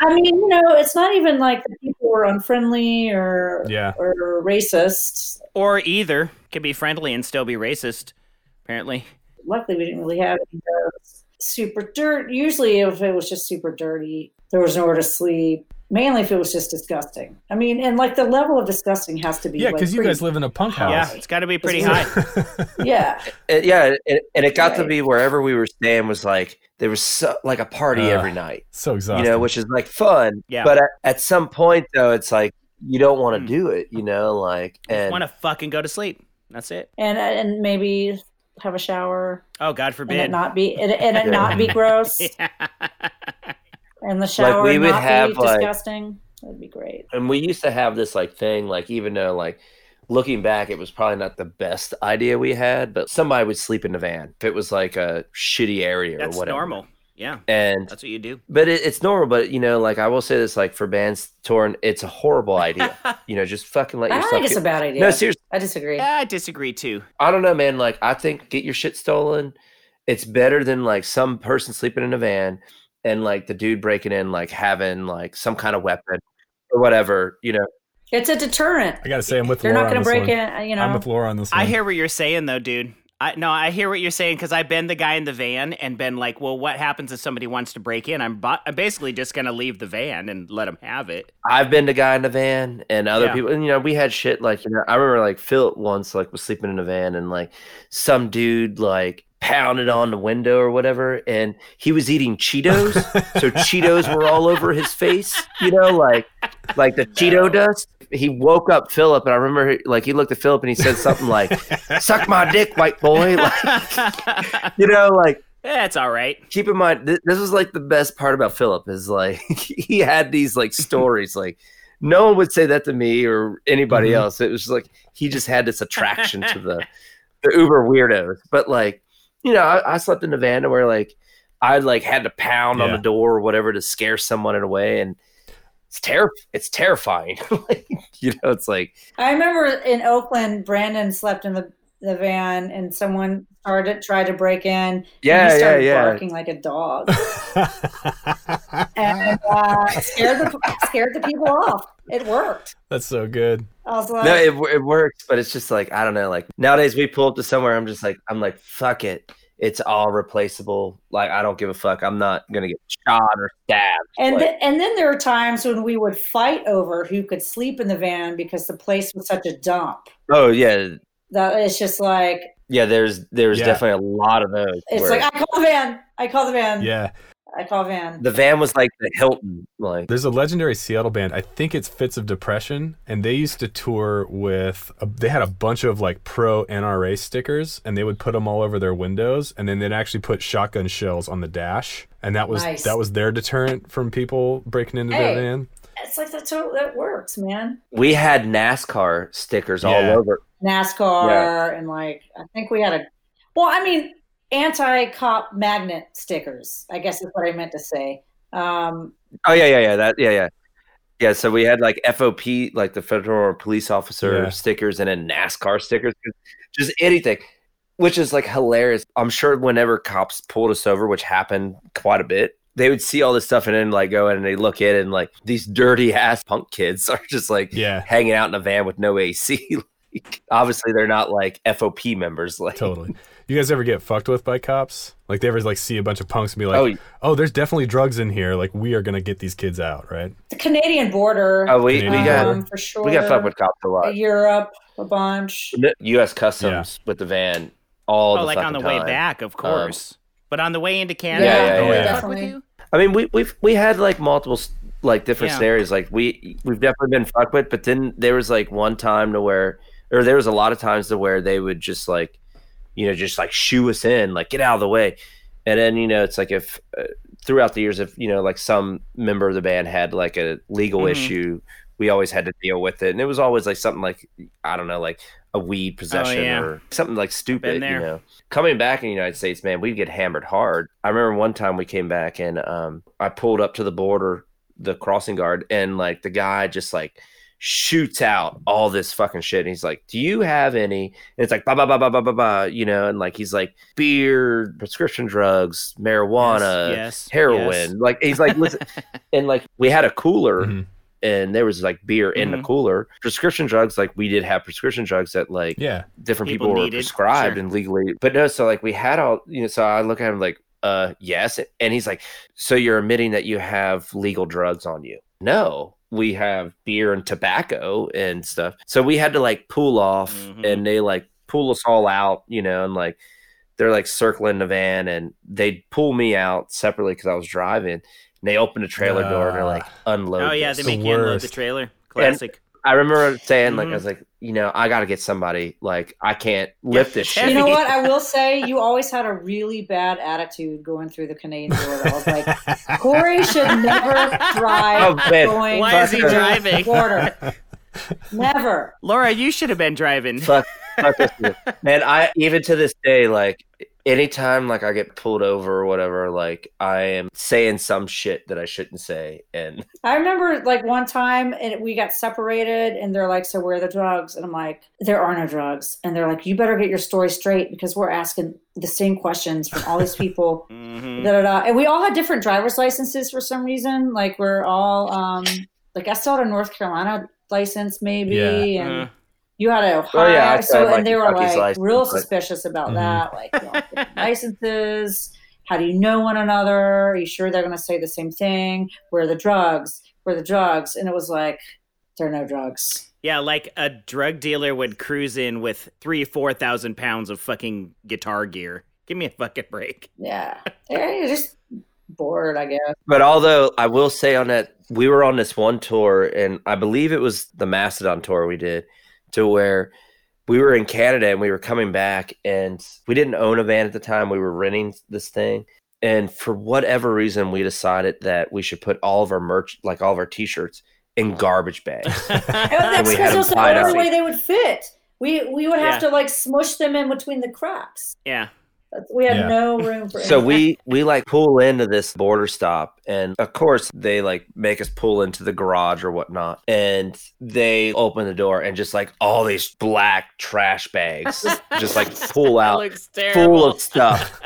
I mean, you know, it's not even like the people were unfriendly or
Yeah.
or racist.
Or either can be friendly and still be racist. Apparently,
Luckily, we didn't really have any of those. super dirt. Usually, if it was just super dirty, there was nowhere to sleep. Mainly, if it was just disgusting. I mean, and like the level of disgusting has to be
Yeah,
like,
because you
pretty-
guys live in a punk house.
yeah, it's got to be pretty
It's really-
high.
yeah.
It- yeah, and, and it got to
Right.
be wherever we were staying was like there was so, like a party
Ugh.
every night,
So
you
exhausting.
know, which is like fun.
Yeah.
But at, at some point though, it's like you don't want to
Hmm.
do it, you know, like and
Want to fucking go to sleep? That's it.
and and maybe have a shower
Oh God
and it
forbid.
not be and, and it not be gross and the shower
we would
not
have,
be
like-
disgusting. That'd be great.
and we used to have this like thing like even though like looking back it was probably not the best idea we had but somebody would sleep in the van if it was like a shitty area
That's
or whatever
normal. Yeah,
and
that's what you do.
but it, it's normal but you know like i will say this like for bands torn it's a horrible idea you know just fucking let
I
yourself
don't think it's
get-
a bad idea.
no seriously
I disagree.
I disagree too.
i don't know man like i think get your shit stolen it's better than like some person sleeping in a van and like the dude breaking in like having like some kind of weapon or whatever you know
It's a deterrent.
I gotta say, I'm with
They're
Laura. on
not going to
this
break
one.
it. You know,
I'm with Laura on this one.
I hear what you're saying though, dude. I, no, I hear what you're saying because I've been the guy in the van and been like, well, what happens if somebody wants to break in? I'm, bu- I'm basically just gonna leave the van and let them have it.
I've been the guy in the van and other
Yeah.
people, and you know, we had shit like, you know, I remember like Phil once like was sleeping in a van and like some dude like pounded on the window or whatever and he was eating Cheetos. so Cheetos were all over his face, you know, like, like the Cheeto dust. He woke up Philip and I remember he- like he looked at Philip and he said something like, suck my dick, white boy. Like, you know, like,
That's all right.
keep in mind th- this was like the best part about Philip is like he had these like stories like no one would say that to me or anybody
Mhm.
else. It was just like he just had this attraction to the the uber weirdos. But like you know, I, I slept in the van where like I like had to pound on
Yeah.
the door or whatever to scare someone in a way, and it's terr it's terrifying. like, you know, it's like
I remember in Oakland, Brandon slept in the, the van, and someone started tried to break in. and
yeah,
he
yeah,
started
yeah.
barking like a dog, and uh, scared the scared the people off. It worked.
That's so good.
I was like,
No, it, wo- it works, but it's just like I don't know. Like nowadays, we pull up to somewhere. I'm just like, I'm like, fuck it. It's all replaceable. Like I don't give a fuck. I'm not gonna get shot or stabbed.
And
Like-
th- and then there are times when we would fight over who could sleep in the van because the place was such a dump
Oh yeah,
that it's just like
yeah. There's there's
Yeah.
definitely a lot of those.
it's
where
like I call the van, I call the van,
Yeah.
I call van.
the van was like the Hilton. Like
There's a legendary Seattle band. I think it's Fits of Depression, and they used to tour with. A, they had a bunch of like pro NRA stickers, and they would put them all over their windows, and then they'd actually put shotgun shells on the dash, and that was
Nice.
that was their deterrent from people breaking into
Hey.
their van.
It's like that's how that works, man.
we had NASCAR stickers
Yeah.
all over.
NASCAR and like I think we had a well, I mean anti cop magnet stickers. I guess is what I meant to say. Um,
Oh yeah, yeah, yeah. That yeah, yeah. Yeah, so we had like FOP, like the federal police officer
Yeah.
stickers, and then NASCAR stickers, just anything, which is like hilarious. I'm sure whenever cops pulled us over, which happened quite a bit, they would see all this stuff and then like go in and they look at it and like these dirty ass punk kids are just like
Yeah,
hanging out in a van with no AC. Like, obviously, they're not like FOP members. Like,
totally. You guys ever get fucked with by cops? Like they ever like see a bunch of punks and be like,
oh,
oh, there's definitely drugs in here. Like, we are going to get these kids out, right?
the Canadian border,
oh, we, we
Canadian
got
um, for sure.
we got fucked with cops a lot.
Europe a bunch.
U.S. Customs with the van all
oh,
the
like on the
fucking
way
time. Um,
back, of course. but on the way into Canada,
Yeah,
yeah,
they
yeah.
fuck with
Definitely.
you?
I mean, we we've we had like multiple s- like different
Yeah.
scenarios. Like we we've definitely been fucked with, but then there was like one time to where, or there was a lot of times to where they would just like, you know, just like shoo us in, like get out of the way, and then you know it's like if uh, throughout the years, if you know like some member of the band had like a legal
Mhm.
issue, we always had to deal with it, and it was always like something like I don't know, like a weed possession
Oh, yeah.
or something like stupid, you
there.
know coming back in the United States, man, we'd get hammered hard. I remember one time we came back and um, I pulled up to the border, the crossing guard, and like the guy just like shoots out all this fucking shit. And he's like, Do you have any? And it's like, ba ba ba ba ba ba ba, you know, and like he's like, beer, prescription drugs, marijuana,
Yes, yes,
heroin.
yes.
Like he's like, listen, and like we had a cooler
Mhm.
and there was like beer in the
Mhm.
cooler. Prescription drugs, like we did have prescription drugs that like
Yeah.
different
People
people, were
needed,
prescribed
sure.
and legally but no so like we had all you know so i look at him like uh yes and he's like so you're admitting that you have legal drugs on you no we have beer and tobacco and stuff so we had to like pull off
Mhm.
and they like pull us all out you know and like they're like circling the van and they pull me out separately because i was driving and they open the trailer door and they're like unload
Oh yeah,
this."
they
the
make you unload the
worst.
trailer. Classic.
I remember saying, like,
Mhm.
I was like, you know, I got to get somebody. Like, I can't lift this
Yeah.
shit.
You know what? I will say you always had a really bad attitude going through the Canadian border. I was like, Corey should never
Oh,
drive
man.
going
Why is he
through the
driving?
border. Never.
Laura, you should have been driving.
Fuck, fuck this shit. Man, I, even to this day, like, anytime, like, I get pulled over or whatever, like, I am saying some shit that I shouldn't say. And
I remember like one time and we got separated and they're like, So where are the drugs? And I'm like, There are no drugs. And they're like, You better get your story straight because we're asking the same questions from all these people.
Mhm.
da, da, da. And we all had different driver's licenses for some reason. Like we're all um like I still had a North Carolina license maybe
Yeah.
and
Mhm.
you had a
Oh,
Ohio.
yeah, I
so
tried my
and they were
Kentucky's
like
license,
real
but- Mm-hmm.
suspicious about
Mhm.
that. Like you all have different licenses. How do you know one another? Are you sure they're gonna say the same thing? Where are the drugs? Where are the drugs? And it was like, there are no drugs.
Yeah, like a drug dealer would cruise in with three, four thousand pounds of fucking guitar gear. Give me a fucking break.
Yeah. They're just bored, I guess.
But although I will say on that, we were on this one tour, and I believe it was the Mastodon tour we did, to where we were in Canada and we were coming back, and we didn't own a van at the time. We were renting this thing. And for whatever reason, we decided that we should put all of our merch, like all of our t shirts, in garbage bags.
Oh, that's
we
because
had them
that's the
tied
only
up.
way they would fit. We we would have
Yeah.
to like smush them in between the cracks.
yeah.
That's- We had
Yeah.
no room for.
so
anything.
we we like pull into this border stop and of course they like make us pull into the garage or whatnot and they open the door and just like all these black trash bags just like pull out
looks terrible.
full of stuff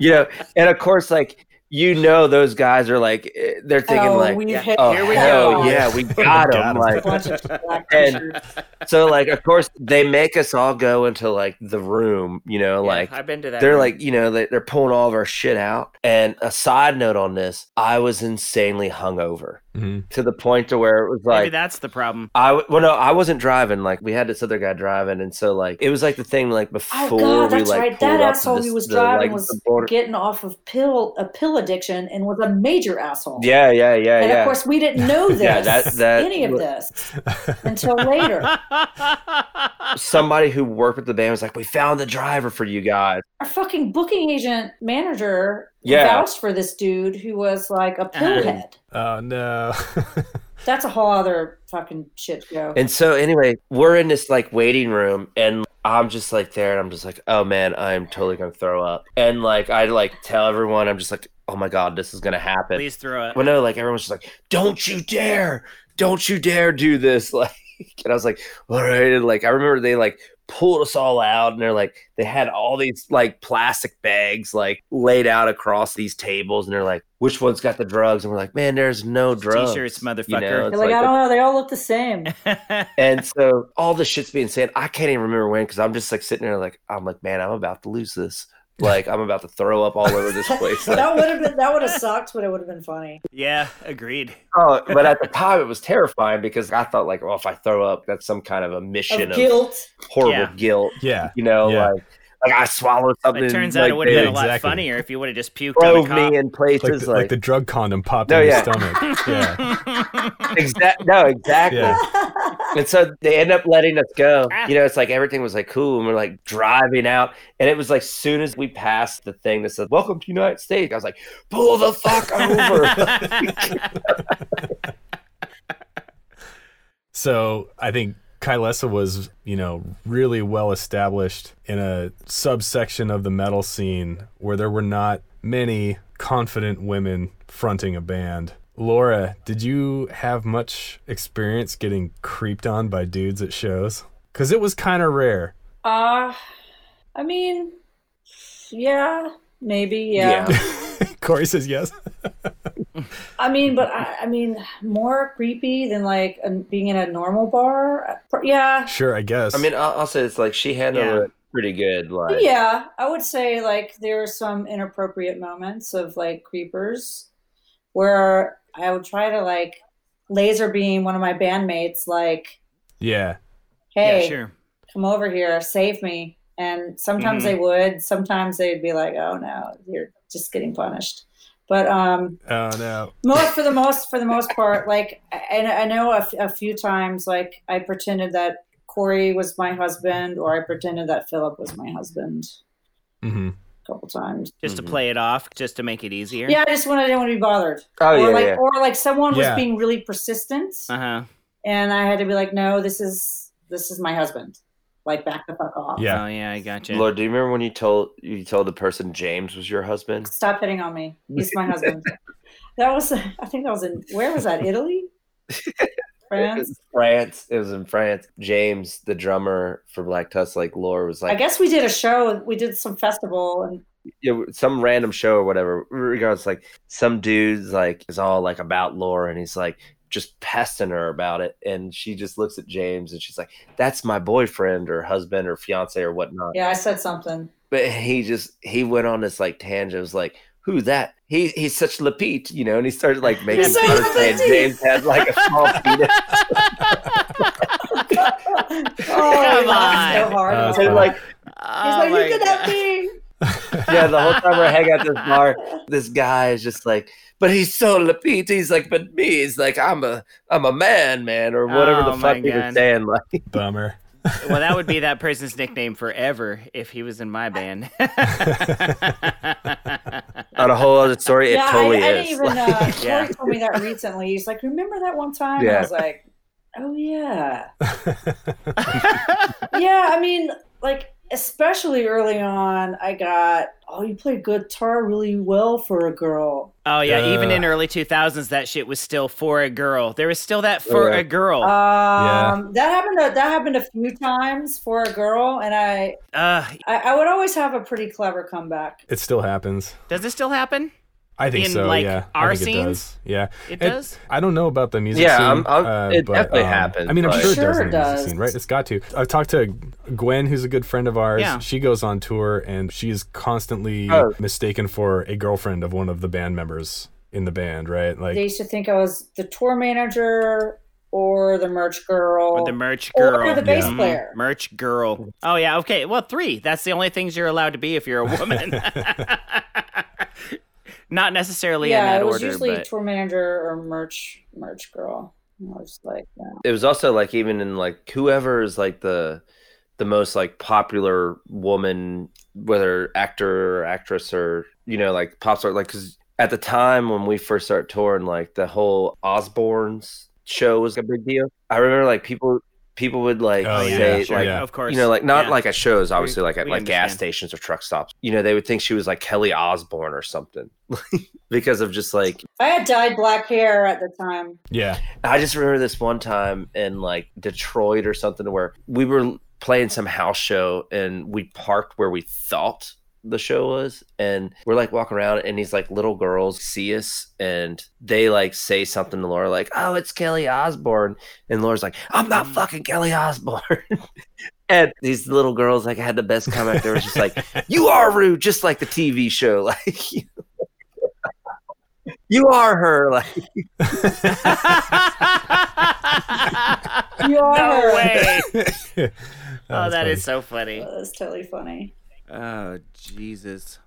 you know and of course like you know those guys are like eh, they're thinking
Oh,
like
we've hit
oh
Here we
hell
go.
yeah we got
Got
them
'em.
A
like
bunch of black
And-
t-shirts.
so like of course they make us all go into like the room you know
Yeah,
like
I've been to that.
they're
room.
like you know they, they're pulling all of our shit out and a side note on this i was insanely hungover
Mhm.
to the point to where it was
maybe
like
that's the problem.
i w- well no i wasn't driving like we had this other guy driving and so like it was like the thing like before
Oh God,
we
that's
like
right.
pulled
That
up to
asshole
this-
who was
the,
driving
like,
was
the border-
getting off of pill a pill addiction and was a major asshole.
yeah yeah yeah
And
yeah
of course, we didn't know this,
Yeah, that- that-
any of this,
Mm-hmm.
until later.
somebody who worked with the band was like we found the driver for you guys
Our fucking booking agent manager
Yeah.
vouched for this dude who was like a pillhead.
Oh no.
That's a whole other fucking shit show.
And so anyway, we're in this like waiting room and I'm just like there and I'm just like, oh man, I'm totally gonna throw up. And like I like tell everyone, I'm just like, oh my god, this is gonna happen.
Please throw it.
Well no, like everyone's just like, Don't you dare, don't you dare do this. Like and I was like, all right, and like I remember they like pulled us all out and they're like they had all these like plastic bags like laid out across these tables and they're like, which one's got the drugs? And we're like, man, there's no drugs.
T-shirts,
you know?
motherfucker.
They're like,
like
I
the-
don't know. They all look the same.
and so all the shit's being said. I can't even remember when because I'm just like sitting there, like I'm like, man, I'm about to lose this. Like I'm about to throw up all over this place. Like,
that would have been that would have sucked, but it would have been funny.
yeah, agreed.
oh, but at the time, it was terrifying because I thought like, well, if I throw up, that's some kind of
Of
emission of,
guilt.
horrible
Yeah.
guilt.
yeah.
You know,
Yeah.
like like I swallowed something.
It turns out
like,
it would have been
they
a lot
exactly.
funnier if you would have just puked on a
drove
cop.
me in
Like
places
the,
like,
like the drug condom popped
No,
in
yeah.
your stomach. Yeah.
Exact- no, exactly.
Yeah.
And so they end up letting us go.
Ah.
You know, it's like everything was like cool, and we're like driving out. And it was like soon as we passed the thing that said "Welcome to United States," I was like, "Pull the fuck over!"
So I think Kylesa was, you know, really well established in a subsection of the metal scene where there were not many confident women fronting a band Laura, did you have much experience getting creeped on by dudes at shows? Because it was kind of rare.
Uh, I mean, yeah, maybe, yeah.
Corey says yes.
I mean, but I, I mean, more creepy than like a, being in a normal bar. Uh, Yeah,
Sure, I guess.
I mean, I'll, I'll say it's like she handled
Yeah.
it pretty good. Like,
yeah. I would say like there are some inappropriate moments of like creepers where I would try to like laser beam one of my bandmates, like,
yeah.
hey,
Yeah, sure.
come over here, save me. And sometimes
Mhm.
they
Mm-hmm.
would, sometimes they'd be like, oh no, you're just getting punished. But um,
Oh no.
most for the most for the most part, like and I know a, f- a few times, like I pretended that Corey was my husband, or I pretended that Philip was my husband
hmm
a couple times.
Just to play it off, just to make it easier.
Yeah, I just wanted I didn't want to be bothered,
Oh
or
yeah,
like
yeah. Uh-huh.
or like someone
Yeah.
was being really persistent,
Uh huh.
and I had to be like, no, this is this is my husband, like back the fuck off.
Yeah.
Oh yeah, I gotcha.
Lord, do you remember when you told you told the person James was your husband?
Stop hitting on me. He's my husband. That was, I think that was in, where was that? Italy? France?
France. It was in France. James, the drummer for Black Tusk, like Laura was
I
like
guess we did a show. We did some festival and
you know, some random show or whatever. Regardless, like some dude's like is all like about Laura, and he's like just pesting her about it, and she just looks at James, and she's like, "That's my boyfriend or husband or fiance or whatnot."
yeah, I said something.
But he just he went on this like tangent. It was like, "Who that? He he's such Lapete, you know?" And he started like making
so
fun of saying
Lapeet.
James had like a small penis.
oh, I laughed so
on.
hard.
Uh,
about
so,
that.
And like
He's
Oh, my
like, look at that
God.
thing.
yeah, the whole time we're hanging out at this bar, this guy is just like, but he's so Lapita. He's like, but me, he's like, I'm a, I'm a man, man, or whatever
Oh,
the fuck
my
he
God.
was saying. Like,
Bummer.
well, that would be that person's nickname forever if he was in my band.
on a whole other story,
yeah,
it totally
I, I didn't
is.
even,
Like,
uh,
Yeah.
Corey told me that recently. He's like, remember that one time? And I
Yeah.
was like, oh yeah. yeah, I mean, like especially early on, I got oh, you play guitar really well for a girl.
oh yeah, even in
Ugh.
early 2000s, that shit was still for a girl. There was still that for
Yeah.
a girl. Uh,
Um, that happened. A, that happened a few times for a girl, and I, I, I would always have a pretty clever comeback.
It still happens.
does it still happen?
I think
In,
so.
like,
yeah.
our
I think
scenes?
it does. Yeah.
It does?
I don't know about the music
Yeah,
scene.
I'm- I'm- it definitely
happens.
happens,
I mean, I'm
but-
sure it does.
Sure
in the music
does.
Scene, right? It's got to. I've talked to Gwen, who's a good friend of ours.
Yeah.
She goes on tour and she is constantly
Oh.
mistaken for a girlfriend of one of the band members in the band, right? Like,
They used to think I was the tour manager or the merch girl
Or the merch girl? Mm-hmm.
or oh, the bass
Yeah.
player.
Merch girl. Oh yeah, okay. Well, three. That's the only things you're allowed to be if you're a woman. Not necessarily in
Yeah,
that
it was
order,
usually
but
tour manager or merch merch girl. And I was like, yeah.
it was also like even in like whoever is like the, the most like popular woman, whether actor or actress or you know like pop star, like because at the time when we first started touring, like the whole Osbournes show was a big deal. I remember like people. People would like
Oh, yeah,
say
sure,
like
yeah.
of course,
you know, like not
Yeah.
like at shows, obviously, like at
we
like gas
understand.
stations or truck stops. You know, they would think she was like Kelly Osborne or something because of just like
I had dyed black hair at the time.
yeah.
I just remember this one time in like Detroit or something where we were playing some house show and we parked where we thought the show was and we're like walking around and these like little girls see us and they like say something to Laura like oh it's Kelly Osborne and Laura's like I'm not fucking Kelly Osborne and these little girls like had the best comment there was just like you are rude just like the TV show like you, you are her like
You are
no
her.
way.
That
oh,
was
that
funny.
is so funny.
That's totally funny.
Oh, Jesus.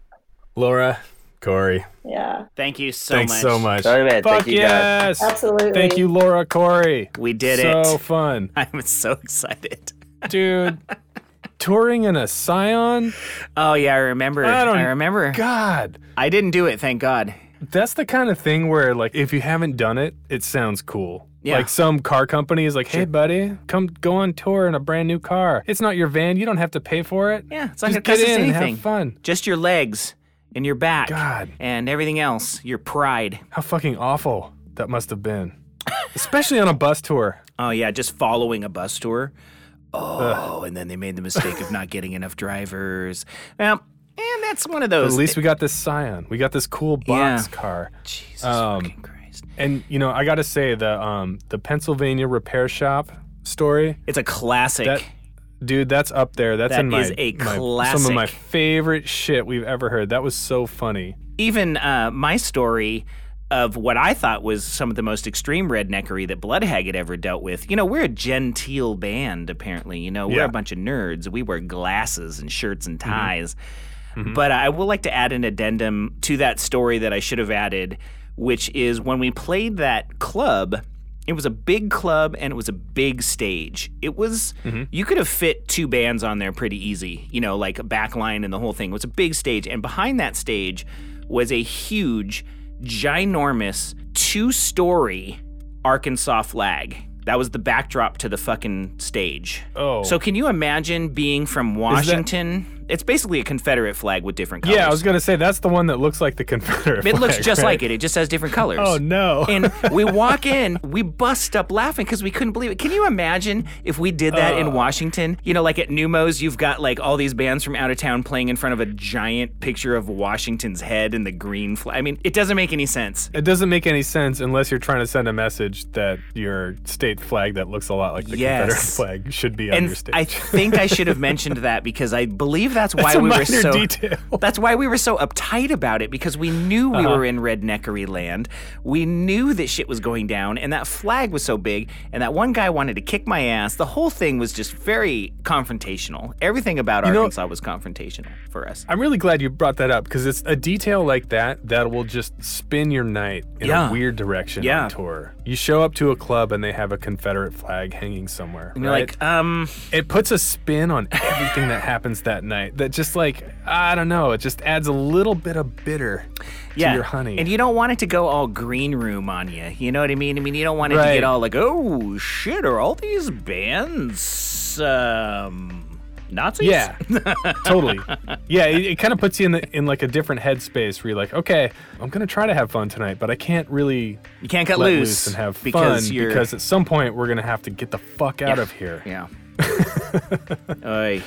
Laura, Corey.
Yeah,
Thank you so
thanks
much.
so much.
Sorry, man.
Fuck
thank you guys
yes.
absolutely.
Thank you, Laura, Corey.
We did
So
it.
fun,
I'm so excited.
dude. Touring in a Scion.
Oh yeah, I remember.
I
I,
don't-
remember.
God.
I didn't do it, thank God.
That's the kind of thing where, like, if you haven't done it, it sounds cool.
Yeah.
Like some car company is like, "Hey, buddy, come go on tour in a brand new car. It's not your van. You don't have to pay for it.
Yeah, it's not
Just
gonna
get
cost us
in and
anything.
have fun."
Just your legs and your back
God.
and everything else. Your pride.
How fucking awful that must have been, especially on a bus tour.
Oh yeah, just following a bus tour. Oh, and then they made the mistake of not getting enough drivers. Well, and that's one of
At
those.
least we got this Scion. We got this cool box
Yeah.
car.
Jesus
um,
fucking Christ!
And you know, I gotta say the um the Pennsylvania repair shop story,
It's a classic.
that- dude, that's up there. That's
That
in my,
is a
my- some of my
classic.
favorite shit we've ever heard. That was so funny.
Even uh, my story of what I thought was some of the most extreme redneckery that Bloodhag had ever dealt with. You know, we're a genteel band, apparently. You know, we're
Yeah.
a bunch of nerds. We wear glasses and shirts and ties. But I would like to add an addendum to that story that I should have added, which is when we played that club, it was a big club and it was a big stage. It was, you could have fit two bands on there pretty easy, you know, like a back line and the whole thing. It was a big stage. And behind that stage was a huge, ginormous, two story Arkansas flag. That was the backdrop to the fucking stage.
Oh.
So can you imagine being from Washington? it's basically a Confederate flag with different colors.
Yeah, I was gonna say that's the one that looks like the Confederate.
it looks
flag,
just
right?
like it. It just has different colors.
Oh no!
and we walk in, we bust up laughing because we couldn't believe it. Can you imagine if we did that
Uh.
in Washington? You know, like at Numos, you've got like all these bands from out of town playing in front of a giant picture of Washington's head and the green flag. I mean, it doesn't make any sense.
it doesn't make any sense unless you're trying to send a message that your state flag that looks a lot like the
Yes.
Confederate flag should be on your
And
stage.
I think I should have mentioned that because I believe that's why
That's a
we
minor
were so
detail. Uh-huh.
That's why we were so uptight about it because we knew we were in redneckery land. We knew that shit was going down, and that flag was so big, and that one guy wanted to kick my ass. The whole thing was just very confrontational. Everything about
know-
Arkansas was confrontational for us.
I'm really glad you brought that up because it's a detail like that that will just spin your night in
Yeah.
a weird direction
Yeah.
on tour. You show up to a club and they have a Confederate flag hanging somewhere.
And you're
right?
like, um,
it puts a spin on everything that happens that night. That just like I don't know, it just adds a little bit of bitter
yeah,
to your honey.
and you don't want it to go all green room on you. You know what I mean? I mean, you don't want it to
Right.
get all like, oh shit, are all these bands um Nazis?
Yeah, totally. Yeah, it, it kind of puts you in the, in like a different headspace where you're like, okay, I'm gonna try to have fun tonight, but I can't really
you can't cut
let
loose,
loose and have
because
fun
you're
because at some point we're gonna have to get the fuck out
Yeah.
of here.
Yeah. Oy.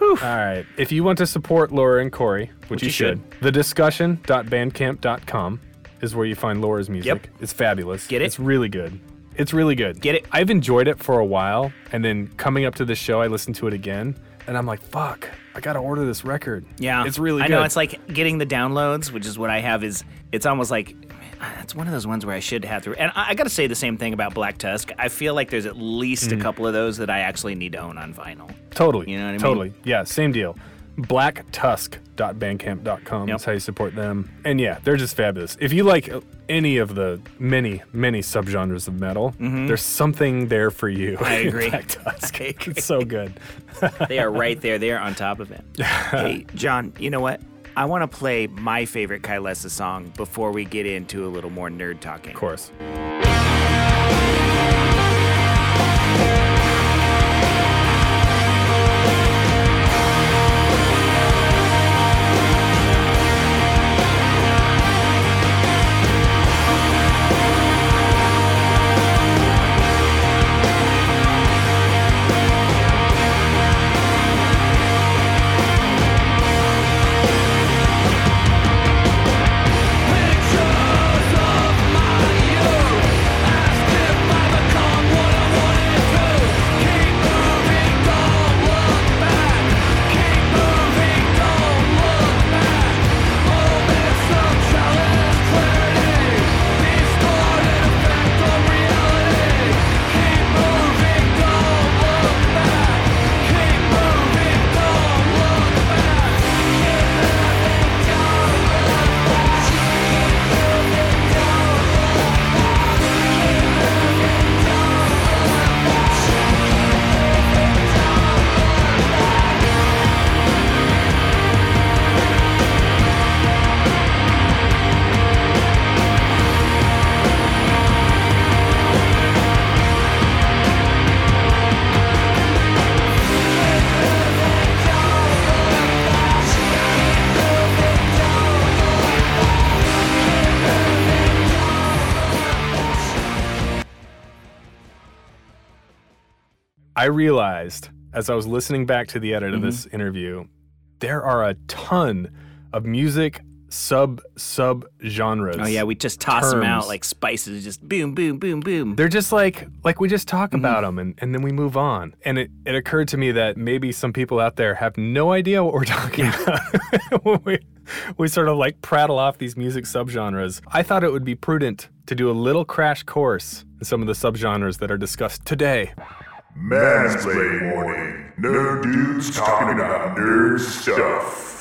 All right. If you want to support Laura and Corey, which, you,
you
should,
should.
thediscussion.bandcamp.com is where you find Laura's music.
Yep.
It's fabulous.
Get it?
It's really good. It's really good.
Get it?
I've enjoyed it for a while, and then coming up to the show, I listened to it again, and I'm like, fuck, I gotta order this record.
Yeah.
It's really
I
good.
know it's like getting the downloads, which is what I have is it's almost like man, it's one of those ones where I should have to and I, I gotta say the same thing about Black Tusk. I feel like there's at least
Mm-hmm.
a couple of those that I actually need to own on vinyl.
Totally.
You know what I mean?
Totally. Yeah, same deal. Blacktusk.bandcamp.com
Yep.
is how you support them. And yeah, they're just fabulous. If you like any of the many, many subgenres of metal, there's something there for you.
Mm-hmm. I
in
agree.
Black Tusk.
I agree.
It's so good.
They are right there, they are on top of it. hey, John, you know what? I want to play my favorite Kylesa song before we get into a little more nerd talking.
Of course.
Pictures of my youth
I realized as I was listening back to the edit of this
Mm-hmm.
interview, there are a ton of music sub sub genres.
Oh yeah, we just toss them out
Terms.
like spices, just boom, boom, boom, boom.
They're just like like we just talk about 'em about them and, and then we move on. And it, it occurred to me that maybe some people out there have no idea what we're talking about when we we sort of like prattle off these music subgenres. I thought it would be prudent to do a little crash course in some of the subgenres that are discussed today.
Mansplain warning. No dudes talking about nerd stuff.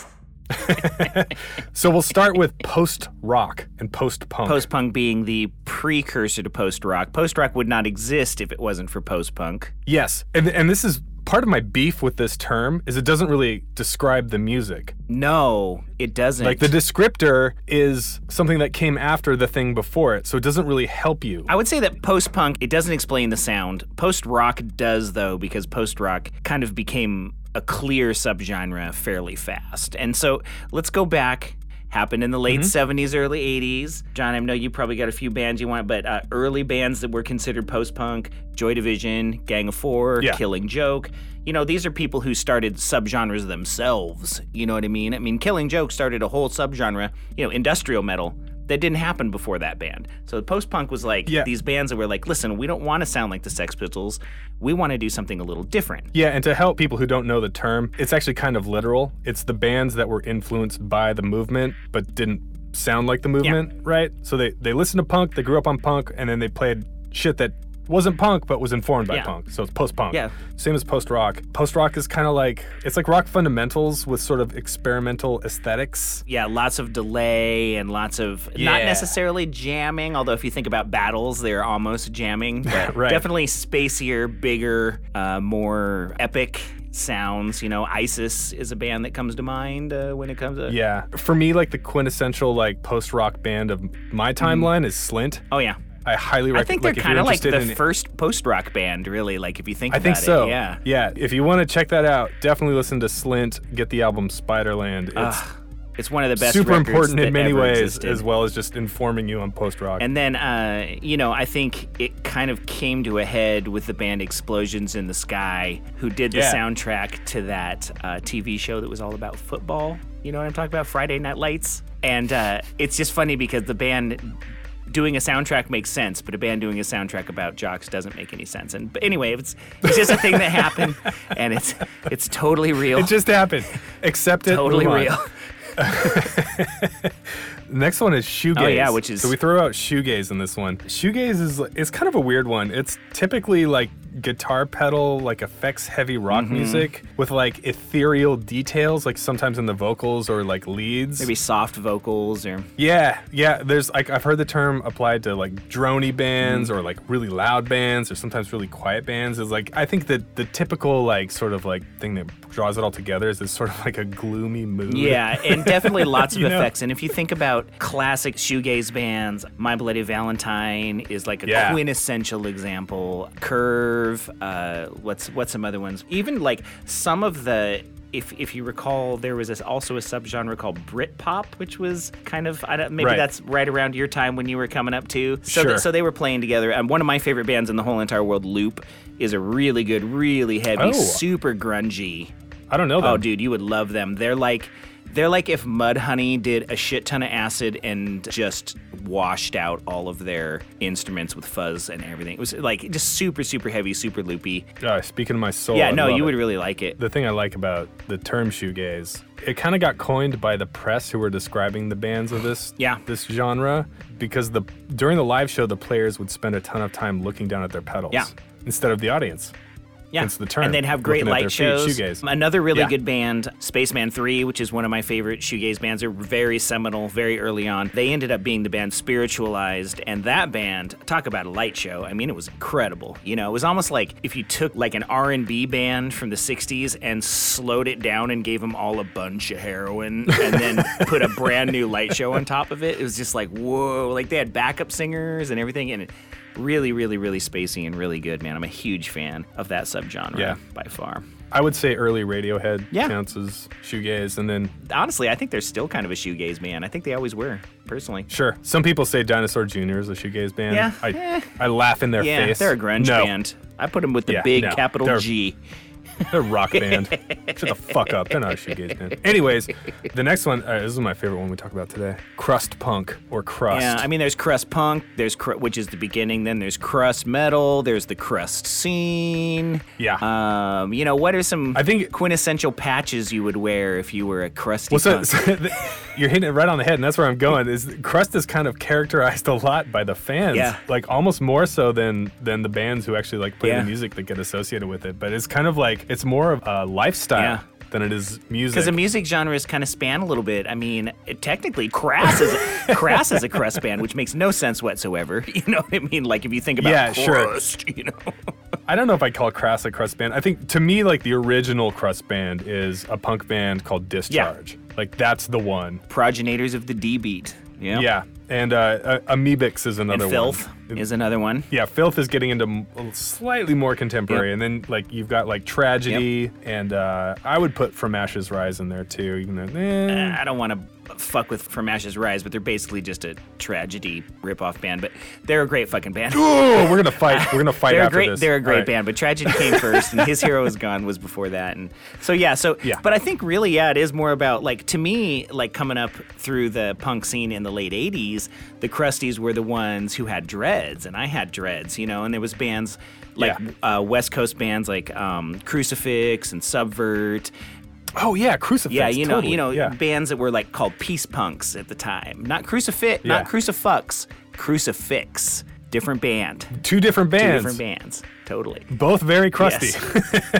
So we'll start with post rock and post punk.
Post punk being the precursor to post rock. Post rock would not exist if it wasn't for post punk.
Yes. And and this is part of my beef with this term is it doesn't really describe the music.
No, it doesn't.
Like the descriptor is something that came after the thing before it, so it doesn't really help you.
I would say that post punk, it doesn't explain the sound. Post rock does, though, because post rock kind of became a clear subgenre fairly fast. And so let's go back. Happened in the late
Mm-hmm.
70s, early 80s. John, I know you probably got a few bands you want, but uh, early bands that were considered post punk Joy Division, Gang of Four,
Yeah.
Killing Joke. You know, these are people who started subgenres themselves. You know what I mean? I mean, Killing Joke started a whole subgenre, you know, industrial metal that didn't happen before that band. So post punk was like
Yeah.
these bands that were like, listen, we don't want to sound like the Sex Pistols. We want to do something a little different.
Yeah, and to help people who don't know the term, it's actually kind of literal. It's the bands that were influenced by the movement but didn't sound like the movement, right? So they they listened to punk, they grew up on punk, and then they played shit that wasn't punk but was informed by
Yeah.
punk. So it's post punk.
Yeah.
Same as post rock. Post rock is kind of like it's like rock fundamentals with sort of experimental aesthetics.
Yeah, lots of delay and lots of not
Yeah.
necessarily jamming, although if you think about battles, they're almost jamming. But
Right.
Definitely spacier, bigger, uh, more epic sounds. You know, ISIS is a band that comes to mind uh, when it comes to.
Yeah. For me, like the quintessential like post rock band of my timeline is Slint.
Oh, yeah.
I highly
Mm. I
recommend.
think they're kind of like the
in,
first post rock band, really. Like, if you think
I
about
think
it.
so.
Yeah.
Yeah. If you want to check that out, definitely listen to Slint. Get the album Spiderland. It's
It's one of the Ah, best
super
records
important
that
in many
ever
ways,
existed.
as well as just informing you on post rock.
And then, uh, you know, I think it kind of came to a head with the band Explosions in the Sky, who did the
Yeah.
soundtrack to that uh, TV show that was all about football. You know what I'm talking about? Friday Night Lights. And uh, it's just funny because the band doing a soundtrack makes sense, but a band doing a soundtrack about jocks doesn't make any sense. And but anyway, it's it's just a thing that happened, and it's it's totally real.
it just happened. Accept it.
totally
move on.
real.
Next one is shoegaze.
Oh, yeah, which is-
so we throw out shoegaze in this one. Shoegaze is it's kind of a weird one. It's typically like guitar pedal, like effects heavy rock
Mm-hmm.
music with like ethereal details, like sometimes in the vocals or like leads.
Maybe soft vocals or
Yeah, yeah. There's like I've heard the term applied to like drony bands
Mm-hmm.
or like really loud bands or sometimes really quiet bands. Is like I think that the typical like sort of like thing that draws it all together is this sort of like a gloomy mood.
Yeah, and definitely lots of
You know?
effects. And if you think about classic shoegaze bands, My Bloody Valentine is like a
Yeah.
quintessential example. Curve, uh, what's what's some other ones? Even like some of the. If, if you recall, there was this, also a subgenre called Britpop, which was kind of I don't, maybe
Right.
that's right around your time when you were coming up too. So th-
Sure.
so they were playing together. And one of my favorite bands in the whole entire world, Loop, is a really good, really heavy,
Oh.
super grungy
I don't know. Them.
Oh, dude, you would love them. They're like, they're like if Mudhoney did a shit ton of acid and just washed out all of their instruments with fuzz and everything. It was like just super, super heavy, super loopy.
Uh, speaking of my soul.
yeah,
I
no,
love
you
it.
would really like it.
the thing I like about the term shoegaze, it kind of got coined by the press who were describing the bands of this
Yeah.
this genre because the during the live show the players would spend a ton of time looking down at their pedals
Yeah.
instead of the audience.
Yeah,
Hence the term.
And they'd have great
Looking at
light
their
shows.
feet, shoegaze.
Another really
Yeah.
good band, Spaceman 3, which is one of my favorite shoegaze bands. They're very seminal, very early on. They ended up being the band Spiritualized, and that band, talk about a light show. I mean, it was incredible. You know, it was almost like if you took like an R&B band from the 60s and slowed it down and gave them all a bunch of heroin and then put a brand new light show on top of it. It was just like, whoa, like they had backup singers and everything and it really, really, really spacey and really good, man. I'm a huge fan of that subgenre
Yeah.
by far.
I would say early Radiohead
Yeah.
counts as shoegaze, and then
Honestly, I think they're still kind of a shoegaze band. I think they always were, personally.
sure, some people say Dinosaur Jr. is a shoegaze band.
Yeah,
I,
eh.
I laugh in their
Yeah,
face.
they're a grunge
no,
band. I put them with the
Yeah,
big
no,
capital
they're-
G.
They're a rock band. Shut the fuck up. They're not a shoegaze band. Anyways, the next one. Uh, this is my favorite one we talk about today. Crust punk or crust.
Yeah, I mean, there's crust punk, there's cr- which is the beginning. Then there's crust metal. There's the crust scene.
Yeah.
Um, you know, what are some
I think-
quintessential patches you would wear if you were a crusty
Well, so,
punk?
so th- you're hitting it right on the head, and that's where I'm going. Is crust is kind of characterized a lot by the fans,
Yeah.
like almost more so than than the bands who actually like play
Yeah.
the music that get associated with it. But it's kind of like it's more of a lifestyle
Yeah.
than it is music.
Because the music genres kind of span a little bit. I mean, technically, Crass is Crass is a crust band, which makes no sense whatsoever. You know what I mean? Like if you think about
Yeah, sure.
crust, you know.
I don't know if I call Crass a crust band. I think to me, like the original crust band is a punk band called Discharge. Like that's the one.
Progenitors of the D beat. Yeah.
Yeah, and uh, uh, Amoebix is
And
another
Filth
one.
is another one.
yeah, filth is getting into m- slightly more contemporary,
Yep.
and then like you've got like tragedy, and uh, I would put From Ashes Rise in there too, even though eh,
I don't want to fuck with From Ashes Rise, but they're basically just a tragedy ripoff band. But they're a great fucking band.
oh, we're gonna fight, we're gonna fight
Ah. they're a
after
great,
this.
They're a great
All right.
band, but Tragedy came first, and His Hero Is Gone was before that, and so yeah, so
Yeah.
But I think really, yeah, it is more about like to me, like coming up through the punk scene in the late '80s, the Crusties were the ones who had dreads, and I had dreads, you know, and there was bands like uh, West Coast bands like um, Crucifix and Subvert.
Oh yeah, Crucifix.
Yeah, you know,
totally.
you know,
yeah.
bands that were like called peace punks at the time. Not crucifix,
Yeah.
not crucifix, crucifix. Different band,
two different
two
bands,
different bands, totally.
both very crusty.
Yes.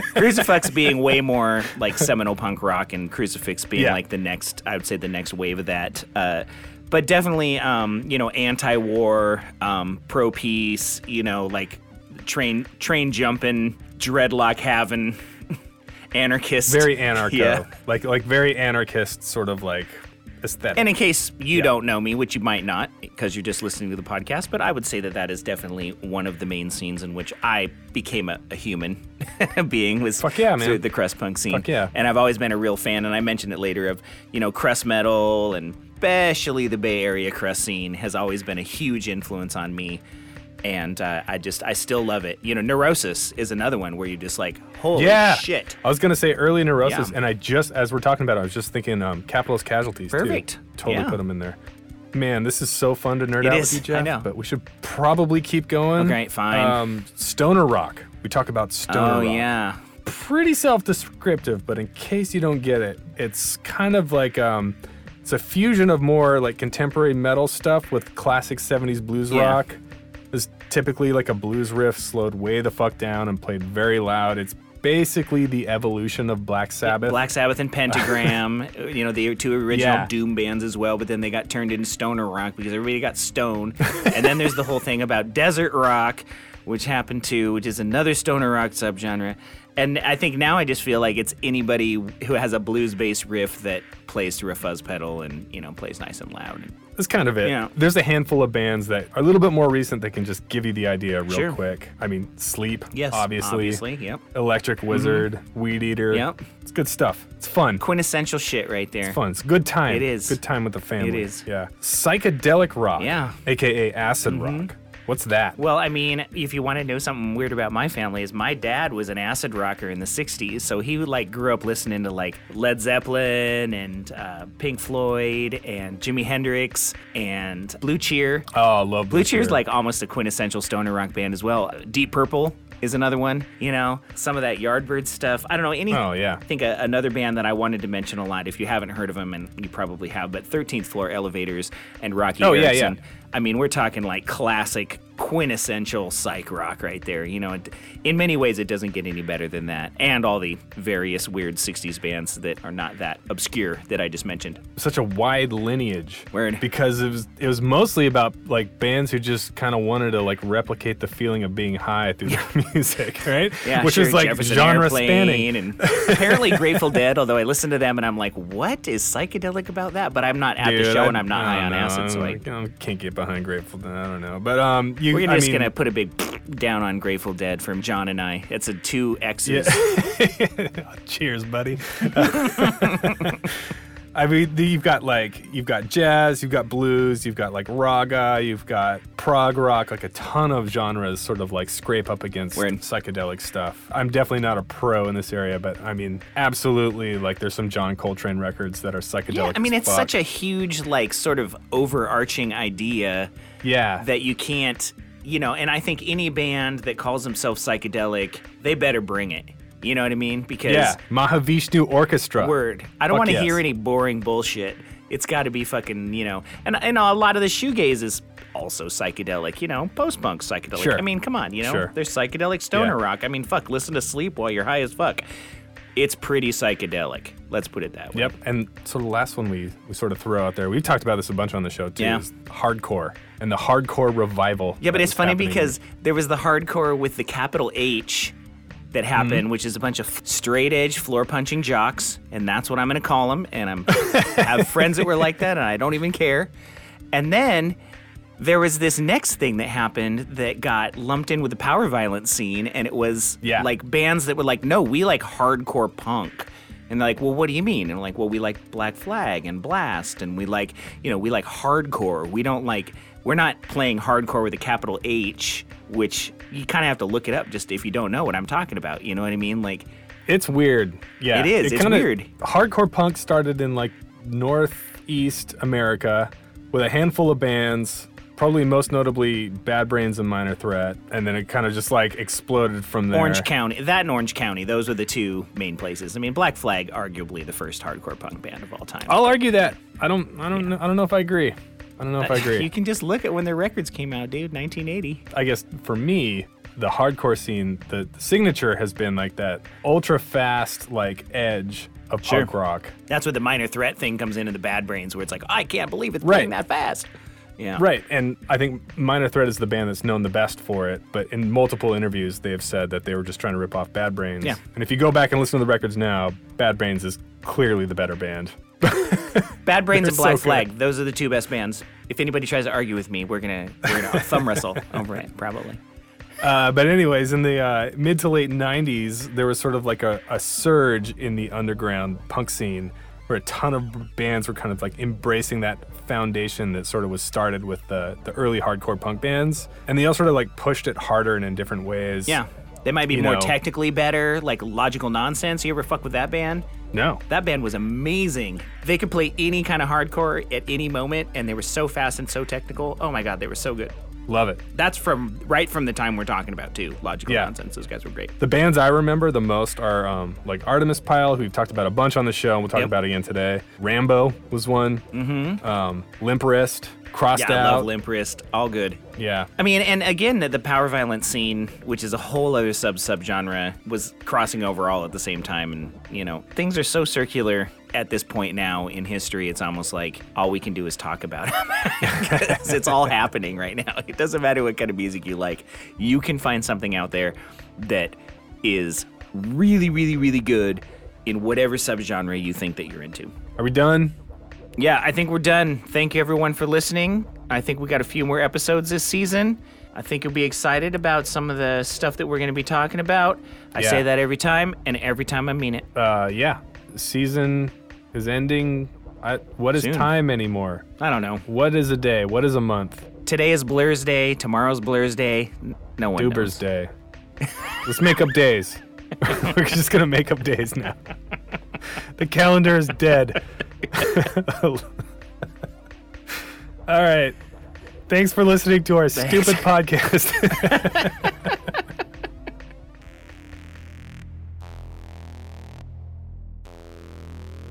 Crucifix being way more like seminal punk rock, and Crucifix being
Yeah.
like the next, I would say, the next wave of that. Uh, but definitely, um, you know, anti-war, um, pro-peace, you know, like train train jumping, dreadlock having, anarchist,
very anarcho,
Yeah.
like like very anarchist sort of like aesthetic.
And in case you don't know me, which you might not because you're just listening to the podcast, but I would say that that is definitely one of the main scenes in which I became a, a human being was
Fuck yeah, man.
through the crust punk scene.
Fuck yeah.
And I've always been a real fan, and I mentioned it later of, you know, crust metal and especially the Bay Area crust scene has always been a huge influence on me. And uh, I just, I still love it. You know, Neurosis is another one where you're just like, holy
yeah,
shit.
I was gonna say early neurosis,
Yeah.
and I just as we're talking about it, I was just thinking um, capitalist casualties. too.
Perfect.
Totally
Yeah.
put them in there. Man, this is so fun to nerd
It
out
is.
with you,
I
Jeff.
know.
But we should probably keep going.
Okay, fine.
Um, stoner rock. We talk about stoner
Oh,
rock.
yeah.
Pretty self-descriptive, but in case you don't get it, it's kind of like um, it's a fusion of more like contemporary metal stuff with classic '70s blues
Yeah.
rock. It's typically like a blues riff slowed way the fuck down and played very loud. It's basically the evolution of Black Sabbath.
Black Sabbath and Pentagram, uh, you know, the two original
Yeah.
Doom bands as well, but then they got turned into stoner rock because everybody got stoned. and then there's the whole thing about desert rock, which happened to, which is another stoner rock subgenre. And I think now I just feel like it's anybody who has a blues based riff that plays through a fuzz pedal and, you know, plays nice and loud.
That's kind of it.
Yeah.
There's a handful of bands that are a little bit more recent that can just give you the idea real
Sure.
quick. I mean, Sleep,
Yes.
obviously.
Obviously, yep.
Electric Wizard, Weed Eater.
Yep.
It's good stuff. It's fun.
Quintessential shit right there.
It's fun. It's a good time.
It is.
Good time with the family.
It is.
Yeah. Psychedelic rock.
Yeah. Mm-hmm.
AKA acid rock. What's that?
Well, I mean, if you want to know something weird about my family, is my dad was an acid rocker in the '60s, so he like grew up listening to like Led Zeppelin and uh, Pink Floyd and Jimi Hendrix and Blue Cheer.
oh, I love
Blue Cheer's like almost a quintessential stoner rock band as well. Deep Purple is another one. You know, some of that Yardbird stuff. I don't know any.
Oh, yeah.
I think a, another band that I wanted to mention a lot, if you haven't heard of them, and you probably have, but 13th Floor Elevators and Rocky
Oh, yeah,
Erickson.
yeah.
I mean, we're talking like classic, quintessential psych rock right there. You know, it, in many ways, it doesn't get any better than that. And all the various weird 60s bands that are not that obscure that I just mentioned.
such a wide lineage.
Word.
Because it was it was mostly about like bands who just kind of wanted to like replicate the feeling of being high through their music, right?
Yeah,
Which
sure,
is like
Jefferson
genre
Airplane
spanning.
and apparently Grateful Dead. Although I listened to them and I'm like, what is psychedelic about that? But I'm not at the
Dude,
show
I-
and I'm
I
not high
don't
on
know,
acid, so
I,
I,
don't- I can't get behind Grateful Dead. I don't know, but um, you.
we're
I
just
mean,
gonna put a big down on Grateful Dead from John and I. It's a two X's.
Cheers, buddy. I mean, the- you've got like you've got jazz, you've got blues, you've got like raga, you've got prog rock, like a ton of genres sort of like scrape up against
We're in-
psychedelic stuff. I'm definitely not a pro in this area, but I mean, absolutely, like there's some John Coltrane records that are psychedelic.
Yeah, I mean,
as
it's
fuck.
such a huge, like, sort of overarching idea
yeah.
that you can't, you know, and I think any band that calls themselves psychedelic, they better bring it. You know what I mean? Because
yeah, Mahavishnu Orchestra.
word. I don't
Fuck
want to
yes.
hear any boring bullshit. It's got to be fucking, you know, and and a lot of the shoegaze is also psychedelic, you know, post punk psychedelic.
Sure.
I mean, come on, you know,
Sure.
there's psychedelic stoner
Yeah.
rock. I mean, fuck, listen to Sleep while you're high as fuck. It's pretty psychedelic. Let's put it that way.
Yep, and so the last one we, we sort of throw out there, we've talked about this a bunch on the show too,
Yeah.
is hardcore and the hardcore revival.
Yeah, but
that
it's
was
funny
happening.
because there was the hardcore with the capital H that
Mm-hmm.
happened, which is a bunch of straight edge floor punching jocks, and that's what I'm going to call them. And I'm I have friends that were like that, and I don't even care. And then there was this next thing that happened that got lumped in with the power violence scene, and it was
Yeah.
like bands that were like, "No, we like hardcore punk." And they're like, well, what do you mean? And I'm like, well, we like Black Flag and Blast, and we like, you know, we like hardcore. We don't like, we're not playing hardcore with a capital H, which you kind of have to look it up just if you don't know what I'm talking about. You know what I mean? Like,
It's weird. Yeah.
It is. It's
kinda-
weird.
Hardcore punk started in like Northeast America with a handful of bands, probably most notably Bad Brains and Minor Threat, and then it kind of just like exploded from there.
Orange County, that and Orange County, those are the two main places. I mean, Black Flag, arguably the first hardcore punk band of all time.
I'll argue that. I don't I don't know, I don't know if I agree. I don't know if I agree.
you can just look at when their records came out, dude. 1980.
I guess for me, the hardcore scene, the, the signature has been like that ultra fast like edge of punk rock.
That's where the minor threat thing comes into the Bad Brains, where it's like, I can't believe it's
Right.
playing that fast. Yeah.
Right, and I think Minor Threat is the band that's known the best for it. But in multiple interviews, they have said that they were just trying to rip off Bad Brains.
Yeah.
And if you go back and listen to the records now, Bad Brains is clearly the better band.
Bad Brains
They're
and
so
Black
good.
Flag. Those are the two best bands. If anybody tries to argue with me, we're gonna we're gonna thumb wrestle over it probably.
Uh, but anyways, in the uh, mid to late '90s, there was sort of like a, a surge in the underground punk scene, where a ton of bands were kind of like embracing that foundation that sort of was started with the the early hardcore punk bands, and they all sort of like pushed it harder and in different ways.
Yeah, they might be
You
more
know.
technically better, like logical nonsense. You ever fuck with that band?
No.
That band was amazing. They could play any kind of hardcore at any moment, and they were so fast and so technical. Oh my god, they were so good.
Love it.
That's from right from the time we're talking about too. Logical
Yeah.
nonsense. Those guys were great.
The bands I remember the most are um, like Artemis Pile, who we've talked about a bunch on the show, and we'll talk
Yep.
about again today. Rambo was one. Mm-hmm. Um, Limp Wrist, Crossed
Yeah, I
Out.
love Limp Wrist. All good.
yeah.
I mean, and again, the power violence scene, which is a whole other sub subgenre, was crossing over all at the same time. And, you know, things are so circular at this point now in history. It's almost like all we can do is talk about it. 'Cause it's all happening right now. It doesn't matter what kind of music you like, you can find something out there that is really, really, really good in whatever subgenre you think that you're into.
Are we done?
Yeah, I think we're done. Thank you everyone for listening. I think we got a few more episodes this season. I think you'll be excited about some of the stuff that we're going to be talking about. I
Yeah.
say that every time, and every time I mean it.
Uh, yeah. Season is ending. I, what is
Soon.
time anymore?
I don't know.
What is a day? What is a month?
Today is Blur's Day. Tomorrow's Blur's Day. N- No one
Uber's
knows.
day. Let's make up days. We're just gonna make up days now. the calendar is dead. All right. Thanks for listening to our stupid podcast.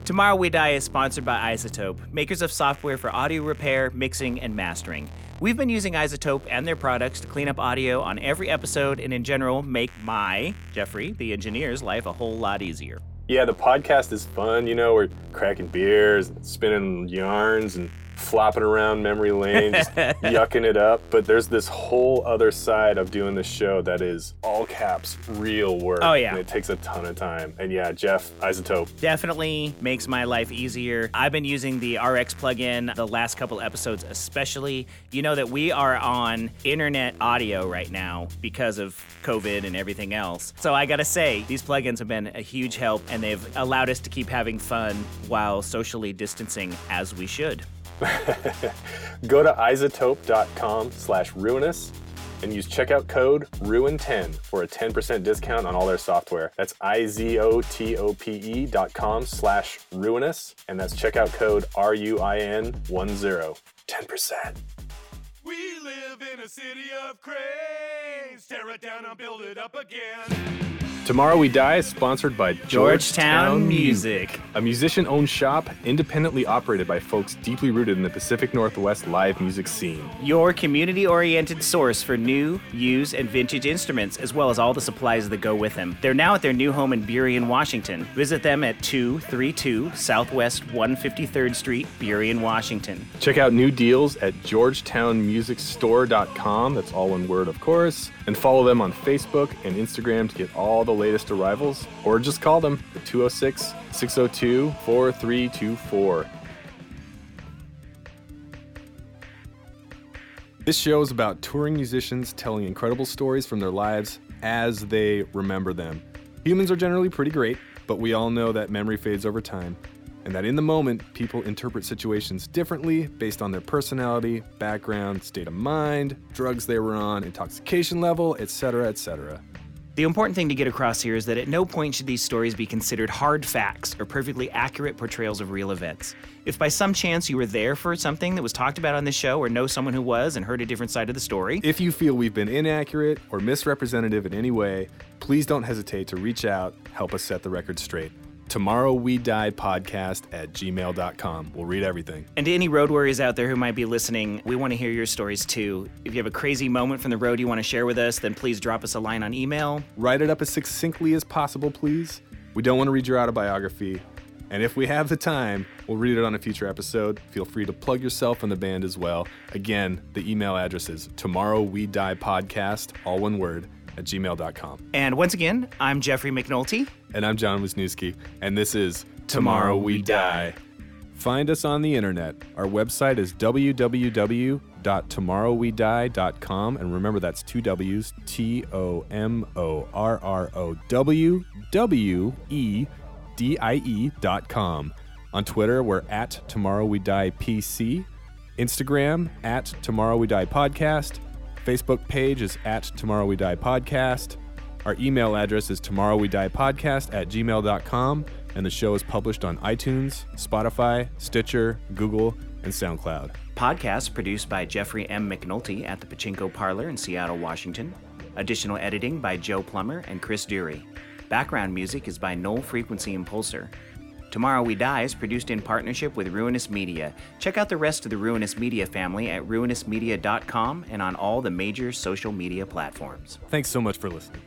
Tomorrow We Die is sponsored by Isotope, makers of software for audio repair, mixing, and mastering. We've been using Isotope and their products to clean up audio on every episode and in general make my, Jeffrey, the engineer's life a whole lot easier.
yeah, the podcast is fun. You know, we're cracking beers, and spinning yarns, and
flopping around memory lane, just yucking it up. But there's this whole other side of doing this show that is all caps, real work.
Oh, yeah.
And it takes a ton of time. And yeah, Jeff, Isotope.
Definitely makes my life easier. I've been using the RX plugin the last couple episodes, especially. You know that we are on internet audio right now because of COVID and everything else. So I gotta say, these plugins have been a huge help and they've allowed us to keep having fun while socially distancing as we should.
Go to isotope.com slash ruinous and use checkout code RUIN10 for a 10% discount on all their software. That's I-Z-O-T-O-P-E E dot com slash ruinous, and that's checkout code R-U-I-N-1-0. 10%.
We live in a city of cranes. Tear it down and build it up again.
Tomorrow We Die is sponsored by
Georgetown Music.
a musician owned shop independently operated by folks deeply rooted in the Pacific Northwest live music scene.
Your community oriented source for new, used, and vintage instruments, as well as all the supplies that go with them. They're now at their new home in Burien, Washington. Visit them at 232 Southwest 153rd Street, Burien, Washington.
Check out new deals at georgetownmusicstore.com. That's all one word, of course. And follow them on Facebook and Instagram to get all the latest arrivals, or just call them at 206 602 4324. This show is about touring musicians telling incredible stories from their lives as they remember them. Humans are generally pretty great, but we all know that memory fades over time, and that in the moment, people interpret situations differently based on their personality, background, state of mind, drugs they were on, intoxication level, etc., etc.
The important thing to get across here is that at no point should these stories be considered hard facts or perfectly accurate portrayals of real events. If by some chance you were there for something that was talked about on the show or know someone who was and heard a different side of the story,
If you feel we've been inaccurate or misrepresentative in any way, please don't hesitate to reach out, help us set the record straight. Tomorrow We Die podcast at gmail.com. We'll read everything.
And to any road warriors out there who might be listening, we want to hear your stories too. If you have a crazy moment from the road you want to share with us, then please drop us a line on email.
Write it up as succinctly as possible, please. We don't want to read your autobiography. And if we have the time, we'll read it on a future episode. Feel free to plug yourself and the band as well. Again, the email address is tomorrow we die podcast, all one word, at gmail.com.
And once again, I'm Jeffrey McNulty.
And I'm John Wisniewski, and this is
Tomorrow We Die.
Find us on the internet. Our website is www.tomorrowwedie.com. And remember, that's two W's T O M O R R O W W E D I E dot com. On Twitter, we're at Tomorrow We Die PC. Instagram, at Tomorrow We Die Podcast. Facebook page is at Tomorrow We Die Podcast. Our email address is tomorrowwediepodcast at gmail.com, and the show is published on iTunes, Spotify, Stitcher, Google, and SoundCloud.
Podcast produced by Jeffrey M. McNulty at the Pachinko Parlor in Seattle, Washington. Additional editing by Joe Plummer and Chris Dury. Background music is by Null Frequency Impulsor. Tomorrow We Die is produced in partnership with Ruinous Media. Check out the rest of the Ruinous Media family at ruinousmedia.com and on all the major social media platforms.
Thanks so much for listening.